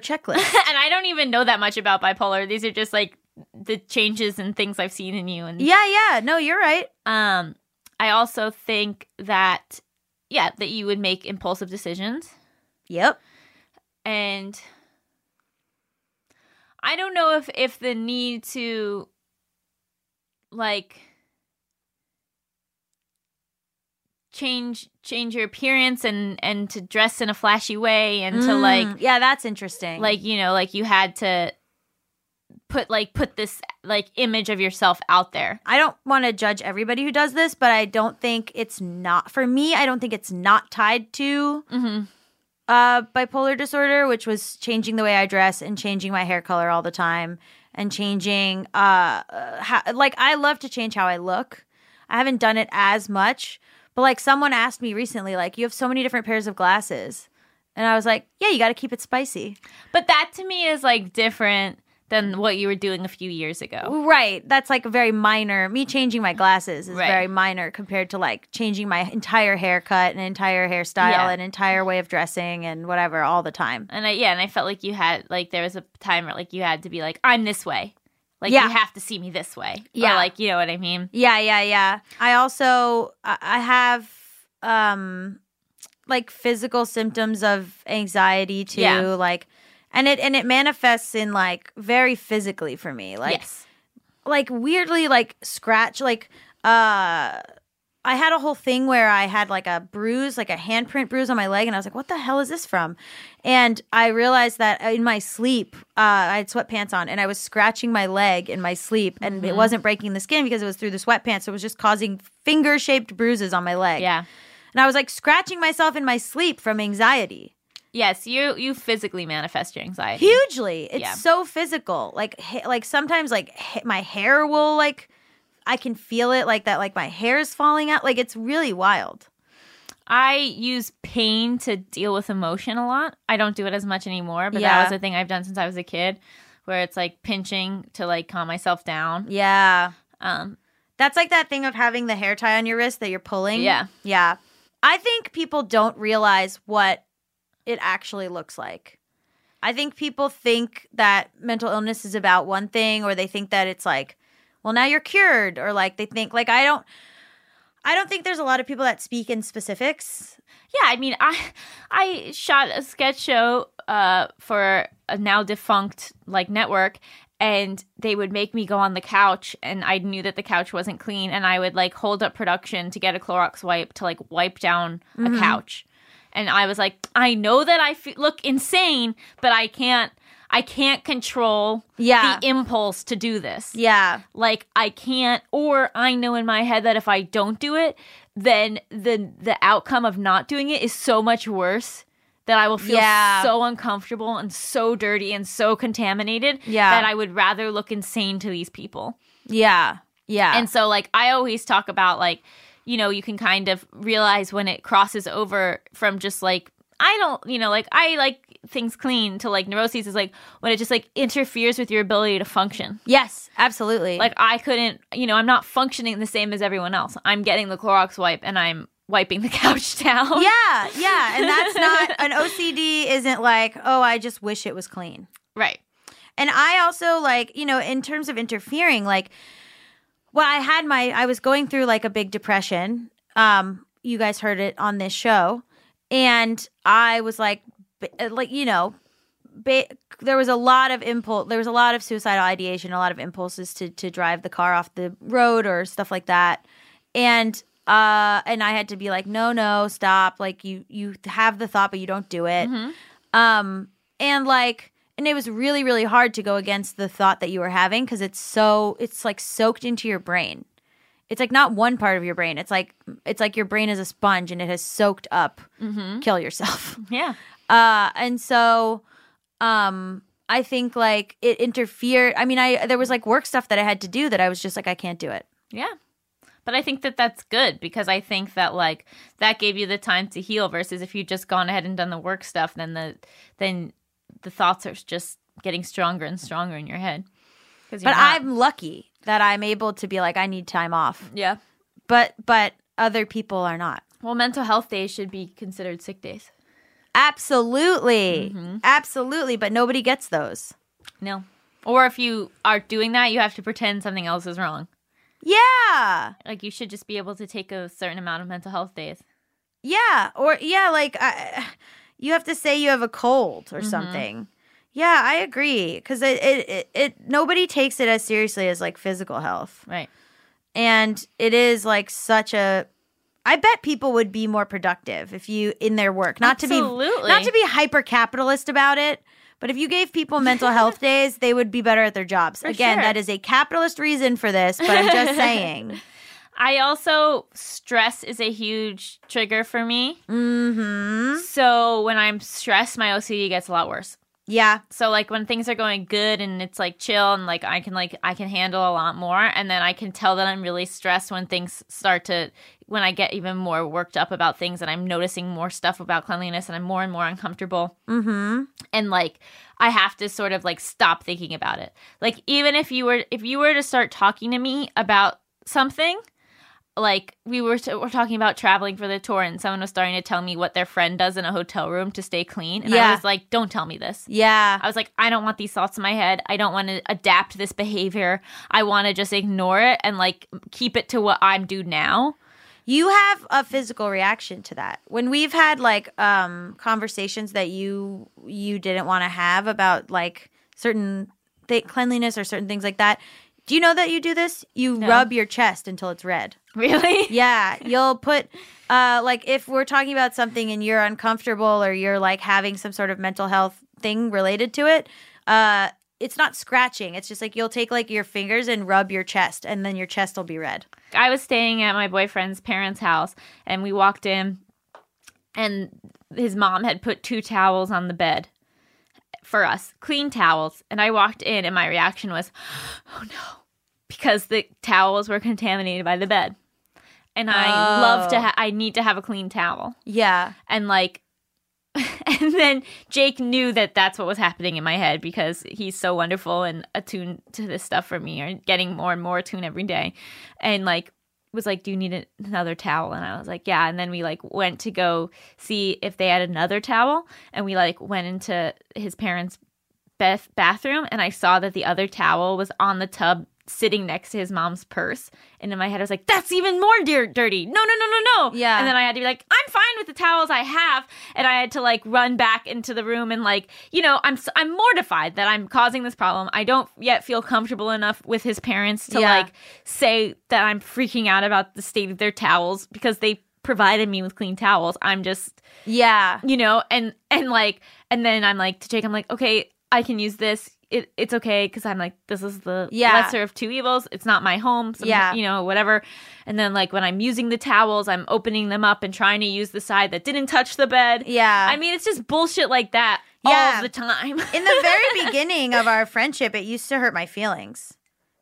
C: checklist
B: and I don't even know that much about bipolar. These are just like the changes and things I've seen in you. And
C: yeah yeah no you're right
B: um, I also think that yeah that you would make impulsive decisions.
C: yep
B: and i don't know if if the need to like change change your appearance and and to dress in a flashy way and to like
C: Mm, yeah that's interesting
B: like you know like you had to put like put this like image of yourself out there
C: I don't want to judge everybody who does this, but I don't think it's not for me. I don't think it's not tied to
B: Mhm.
C: uh, bipolar disorder, which was changing the way I dress and changing my hair color all the time and changing. Uh, uh, how, like I love to change how I look. I haven't done it as much, but like someone asked me recently, like you have so many different pairs of glasses, and I was like, yeah, you got to keep it spicy,
B: but that to me is like different than what you were doing a few years ago
C: right? That's like a very minor. Me changing my glasses is
B: Right.
C: very minor compared to like changing my entire haircut and entire hairstyle
B: Yeah.
C: and entire way of dressing and whatever all the time.
B: And I yeah, and I felt like you had like there was a time where like you had to be like, I'm this way. Like
C: Yeah.
B: you have to see me this way. Or
C: Yeah.
B: like you know what I mean?
C: Yeah, yeah, yeah. I also I I have um like physical symptoms of anxiety too,
B: Yeah.
C: like and it and it manifests in like very physically for me. Like
B: yes.
C: like weirdly like scratch like uh I had a whole thing where I had like a bruise, like a handprint bruise on my leg, and I was like, "What the hell is this from?" And I realized that in my sleep, uh, I had sweatpants on, and I was scratching my leg in my sleep, and it wasn't breaking the skin because it was through the sweatpants. So it was just causing finger-shaped bruises on my leg.
B: Yeah.
C: and I was like scratching myself in my sleep from anxiety.
B: Yes, you you physically manifest your anxiety.
C: Hugely, it's
B: Yeah.
C: so physical. Like, ha- like sometimes, like ha- my hair will like, I can feel it, like that, like my hair is falling out. Like it's really wild.
B: I use pain to deal with emotion a lot. I don't do it as much anymore, but
C: Yeah.
B: that was a thing I've done since I was a kid where it's like pinching to like calm myself down.
C: Yeah.
B: Um
C: That's like that thing of having the hair tie on your wrist that you're pulling.
B: Yeah.
C: Yeah. I think people don't realize what it actually looks like. I think people think that mental illness is about one thing or they think that it's like, well, now you're cured or like they think like I don't I don't think there's a lot of people that speak in specifics.
B: Yeah, I mean, I I shot a sketch show uh, for a now defunct like network, and they would make me go on the couch, and I knew that the couch wasn't clean, and I would like hold up production to get a Clorox wipe to like wipe down a couch, and I was like, I know that I fe- look insane, but I can't. I can't control
C: Yeah.
B: the impulse to do this
C: Yeah.
B: like i can't or i know in my head that if i don't do it then the the outcome of not doing it is so much worse that i will feel
C: Yeah.
B: so uncomfortable and so dirty and so contaminated
C: Yeah.
B: that i would rather look insane to these people
C: Yeah. Yeah.
B: and so like I always talk about like, you know, you can kind of realize when it crosses over from just like I don't, you know, like I like things clean to like neuroses is like when it just like interferes with your ability to function.
C: yes, absolutely.
B: Like I couldn't, you know, I'm not functioning the same as everyone else. I'm getting the Clorox wipe and I'm wiping the couch down.
C: yeah, yeah, and that's not an OCD isn't like, oh, I just wish it was clean.
B: Right.
C: And I also like, you know, in terms of interfering, like well, I had my I was going through like a big depression. Um, you guys heard it on this show. And I was like b- uh, like, you know, ba- there was a lot of impulse there was a lot of suicidal ideation, a lot of impulses to to drive the car off the road or stuff like that. And uh and I had to be like, "No, no, stop. Like you you have the thought but you don't do it." Um, and like, and it was really, really hard to go against the thought that you were having because it's so, it's like soaked into your brain. It's like not one part of your brain. It's like, it's like your brain is a sponge and it has soaked up, kill yourself.
B: Yeah.
C: Uh, and so, um, I think like it interfered. I mean, I, there was like work stuff that I had to do that I was just like, I can't do it.
B: Yeah. But I think that that's good because I think that like that gave you the time to heal versus if you just gone ahead and done the work stuff then the then the thoughts are just getting stronger and stronger in your head. 'Cause you're
C: But
B: not-
C: I'm lucky that I'm able to be like, I need time off.
B: yeah.
C: But, but other people are not.
B: Well, mental health days should be considered sick days.
C: Absolutely. Absolutely. But nobody gets those.
B: No. Or if you are doing that, you have to pretend something else is wrong.
C: Yeah.
B: Like you should just be able to take a certain amount of mental health days.
C: Yeah. Or, yeah, like I, you have to say you have a cold or something. Yeah, I agree. Because it, it, it, it, nobody takes it as seriously as like physical health.
B: Right.
C: And it is like such a, I bet people would be more productive if you, in their work, not to be,
B: Absolutely.
C: not to be hyper capitalist about it. But if you gave people mental health days, they would be better at their jobs. Again,
B: sure.
C: that is a capitalist reason for this, but I'm just saying.
B: I also stress is a huge trigger for me.
C: Mm-hmm.
B: So when I'm stressed, my OCD gets a lot worse.
C: Yeah.
B: So like when things are going good and it's like chill and like I can like I can handle a lot more and then I can tell that I'm really stressed when things start to when I get even more worked up about things and I'm noticing more stuff about cleanliness and I'm more and more uncomfortable
C: Mm-hmm.
B: and like I have to sort of like stop thinking about it. Like even if you were if you were to start talking to me about something like we were, t- were talking about traveling for the tour and someone was starting to tell me what their friend does in a hotel room to stay clean and
C: Yeah.
B: I was like don't tell me this.
C: Yeah.
B: I was like, I don't want these thoughts in my head. I don't want to adapt this behavior. I want to just ignore it and like keep it to what I'm due now.
C: You have a physical reaction to that. When we've had like um conversations that you you didn't want to have about like certain th- cleanliness or certain things like that. Do you know that you do this? You rub your chest until it's red.
B: Really?
C: Yeah, you'll put uh like if we're talking about something and you're uncomfortable or you're like having some sort of mental health thing related to it, uh it's not scratching. It's just like you'll take like your fingers and rub your chest and then your chest will be red.
B: I was staying at my boyfriend's parents' house and we walked in and his mom had put two towels on the bed for us, clean towels. And I walked in and my reaction was, oh no, because the towels were contaminated by the bed. And I love to
C: Oh.
B: ha- I need to have a clean towel.
C: Yeah.
B: and like and then Jake knew that that's what was happening in my head because he's so wonderful and attuned to this stuff for me or getting more and more attuned every day. And like was like, "Do you need another towel?" And I was like, "Yeah." And then we like went to go see if they had another towel, and we like went into his parents' bath- bathroom, and I saw that the other towel was on the tub sitting next to his mom's purse. And in my head, I was like, "That's even more dear- dirty." No, no, no, no, no.
C: Yeah.
B: And then I had to be like, "I'm fine with the towels I have," and I had to like run back into the room and like, you know, I'm s- I'm mortified that I'm causing this problem. I don't yet feel comfortable enough with his parents to
C: Yeah.
B: like say that I'm freaking out about the state of their towels because they provided me with clean towels. I'm just,
C: Yeah.
B: you know, and and like and then I'm like to Jake, I'm like, okay, I can use this. It, it's okay because I'm like, this is the
C: Yeah.
B: lesser of two evils. It's not my home. So
C: Yeah.
B: you know, whatever. And then like when I'm using the towels, I'm opening them up and trying to use the side that didn't touch the bed.
C: Yeah.
B: I mean, it's just bullshit like that
C: Yeah.
B: all the time.
C: In the very beginning of our friendship, it used to hurt my feelings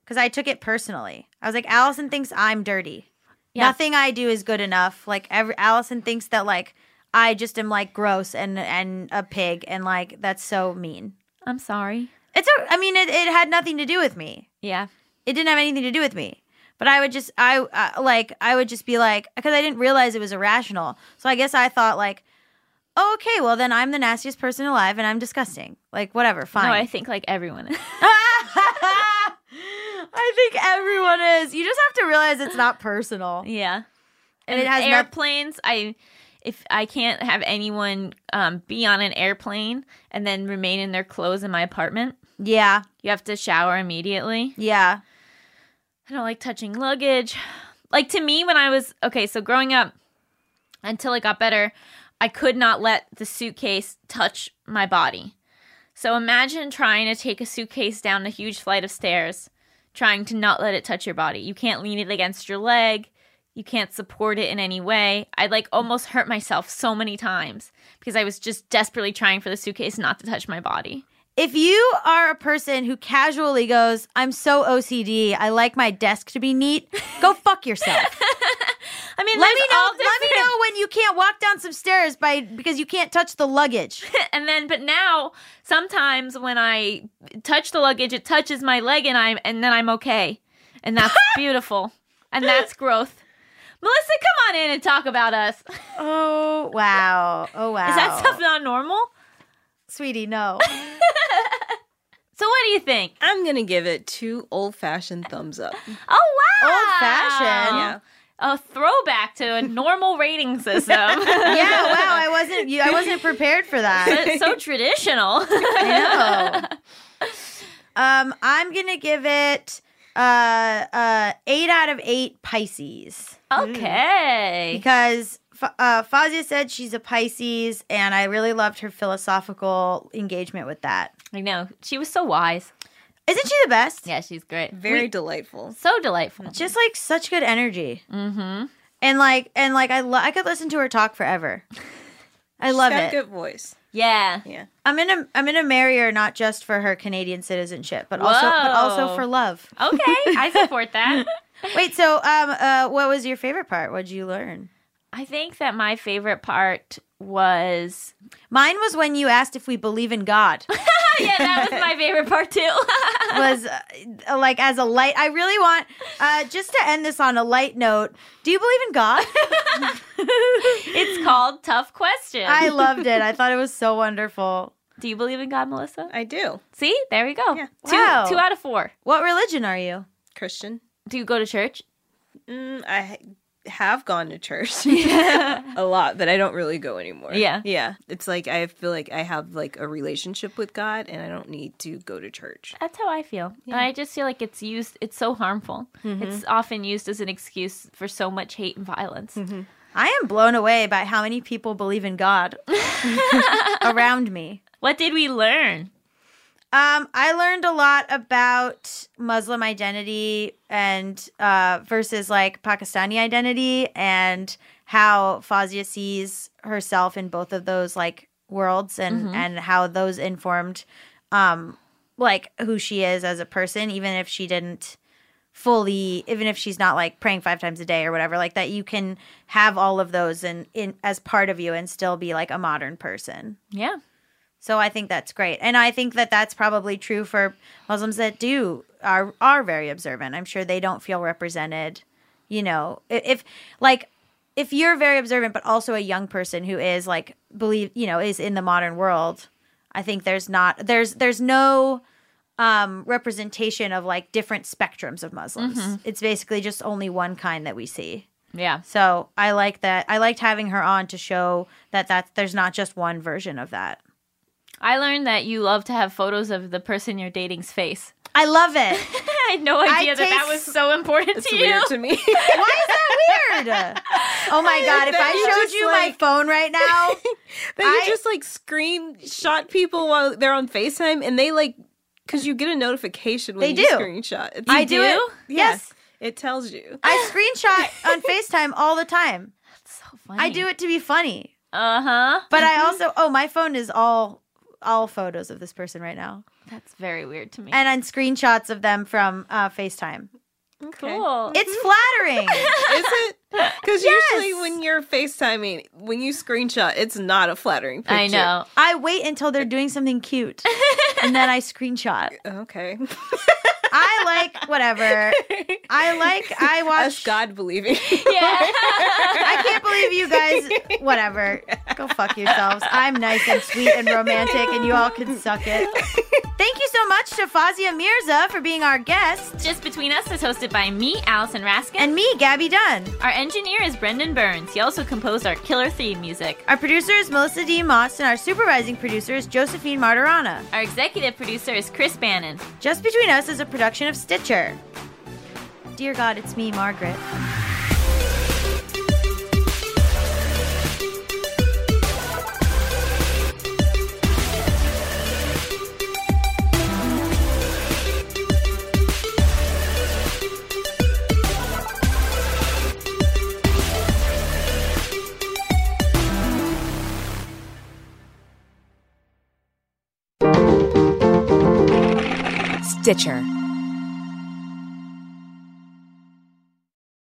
C: because I took it personally. I was like, Allison thinks I'm dirty.
B: Yeah.
C: Nothing I do is good enough. Like every Allison thinks that like I just am like gross and and a pig and like that's so mean.
B: I'm sorry.
C: It's a, I mean it, it had nothing to do with me.
B: Yeah.
C: It didn't have anything to do with me. But I would just I uh, like I would just be like because I didn't realize it was irrational. So I guess I thought like oh, okay, well then I'm the nastiest person alive and I'm disgusting. Like whatever, fine.
B: No, I think like everyone.
C: I think everyone is. You just have to realize it's not personal.
B: Yeah.
C: And
B: And,
C: it has no-
B: airplanes. I if I can't have anyone um, be on an airplane and then remain in their clothes in my apartment,
C: Yeah,
B: you have to shower immediately.
C: yeah,
B: I don't like touching luggage. Like to me, when I was okay, so growing up until it got better, I could not let the suitcase touch my body. So imagine trying to take a suitcase down a huge flight of stairs, trying to not let it touch your body. You can't lean it against your leg. You can't support it in any way. I like almost hurt myself so many times because I was just desperately trying for the suitcase not to touch my body.
C: If you are a person who casually goes, I'm so OCD, I like my desk to be neat, go fuck yourself.
B: I mean,
C: let me
B: there's
C: know
B: all
C: let me
B: different-
C: know when you can't walk down some stairs by because you can't touch the luggage.
B: and then but now sometimes when i touch the luggage it touches my leg and i'm and then i'm okay and that's beautiful and that's growth melissa come on in and talk about us is
C: Oh wow. Oh wow.
B: that stuff not normal
C: sweetie, no.
B: so what do you think
E: I'm gonna give it two old fashioned thumbs up.
B: oh wow
C: Old-fashioned.
E: Yeah.
B: a throwback to a normal rating system
C: yeah, wow, I wasn't you I wasn't prepared for that.
B: That's so traditional
C: Mm. I know. Um, I'm gonna give it uh uh eight out of eight Pisces.
B: okay
C: because F- uh, Fazia said she's a Pisces, and I really loved her philosophical engagement with that.
B: i know she was so wise
C: Isn't she the best?
B: yeah she's great
E: Very delightful.
B: so delightful
C: Just like such good energy,
B: mm-hmm
C: and like and like I lo- I could listen to her talk forever. I
E: She's
C: love
E: got
C: it.
E: A good voice.
B: yeah
E: Yeah.
C: I'm gonna I'm gonna marry her not just for her Canadian citizenship, but also but also
B: Whoa.
C: for love.
B: okay i support that
C: Wait, so um uh what was your favorite part? What'd you learn?
B: I think that my favorite part was
C: Mine was when you asked if we believe in God.
B: oh, yeah, that was my favorite part too.
C: was uh, uh, like as a light. I really want uh, just to end this on a light note. Do you believe in God?
B: it's called tough question.
C: I loved it. I thought it was so wonderful.
B: Do you believe in God, Melissa?
E: I do.
B: See, there we go.
E: Yeah.
B: Two
C: Wow.
B: two out of four.
C: What religion are you?
E: Christian.
B: Do you go to church?
E: Mm, I ha- have gone to church a lot, but I don't really go anymore.
B: Yeah.
E: Yeah. It's like I feel like I have like a relationship with God and I don't need to go to church.
B: That's how I feel. And I just feel like it's used. It's so harmful. It's often used as an excuse for so much hate and violence.
C: I am blown away by how many people believe in God around me.
B: What did we learn?
C: Um, I learned a lot about Muslim identity and uh, versus like Pakistani identity and how Fazia sees herself in both of those like worlds and and how those informed um like who she is as a person even if she didn't fully even if she's not like praying five times a day or whatever like that you can have all of those and in as part of you and still be like a modern person
B: Yeah.
C: so I think that's great, and I think that that's probably true for Muslims that do are are very observant. I'm sure they don't feel represented you know, i- if like if you're very observant but also a young person who is like believe, you know, is in the modern world, I think there's not there's there's no um representation of like different spectrums of Muslims. It's basically just only one kind that we see.
B: Yeah.
C: So I like that. I liked having her on to show that that there's not just one version of that.
B: I learned that you love to have photos of the person you're dating's face.
C: I love it.
B: I had no idea that that was
C: taste-
B: so important
E: It's
B: to
E: weird
B: you.
E: to me.
C: Why is that weird? Oh my god! If
E: That
C: I
E: you
C: showed
E: just,
C: you
E: like-
C: my phone right now,
E: That
C: I-
E: you just like screenshot people while they're on FaceTime and they like because you get a notification when
C: They
E: you
C: do.
E: screenshot. It's-
C: I do.
B: do?
C: It. Yes,
E: It tells you.
C: I screenshot on Facetime all the time.
B: So funny.
C: I do it to be funny,
B: Uh huh.
C: but
E: Mm-hmm.
C: I also oh my phone is all all photos of this person right now,
B: That's very weird to me.
C: and on screenshots of them from uh, Facetime. Ah,
B: cool.
C: It's
E: Mm-hmm.
C: flattering.
E: Is it? Because usually
C: Yes.
E: when you're FaceTiming, when you screenshot, it's not a flattering picture.
B: I know.
C: I wait until they're doing something cute, and then I screenshot.
E: Okay.
C: I like whatever. I like. I
E: Us
C: watch.
E: God believing.
B: Yeah.
C: I can't believe you guys. Whatever. Go fuck yourselves. I'm nice and sweet and romantic, and you all can suck it. Thank you so much to Fazia Mirza for being our guest,
B: Just Between Us is hosted by me, Allison Raskin.
C: and me, Gabby Dunn.
B: our engineer is Brendan Burns. He also composed our killer theme music.
C: Our producer is Melissa D. Moss, and our supervising producer is Josephine Martirana.
B: Our executive producer is Chris Bannon.
C: Just Between Us is a production of Stitcher. Dear God, it's me, Margaret.
F: Stitcher.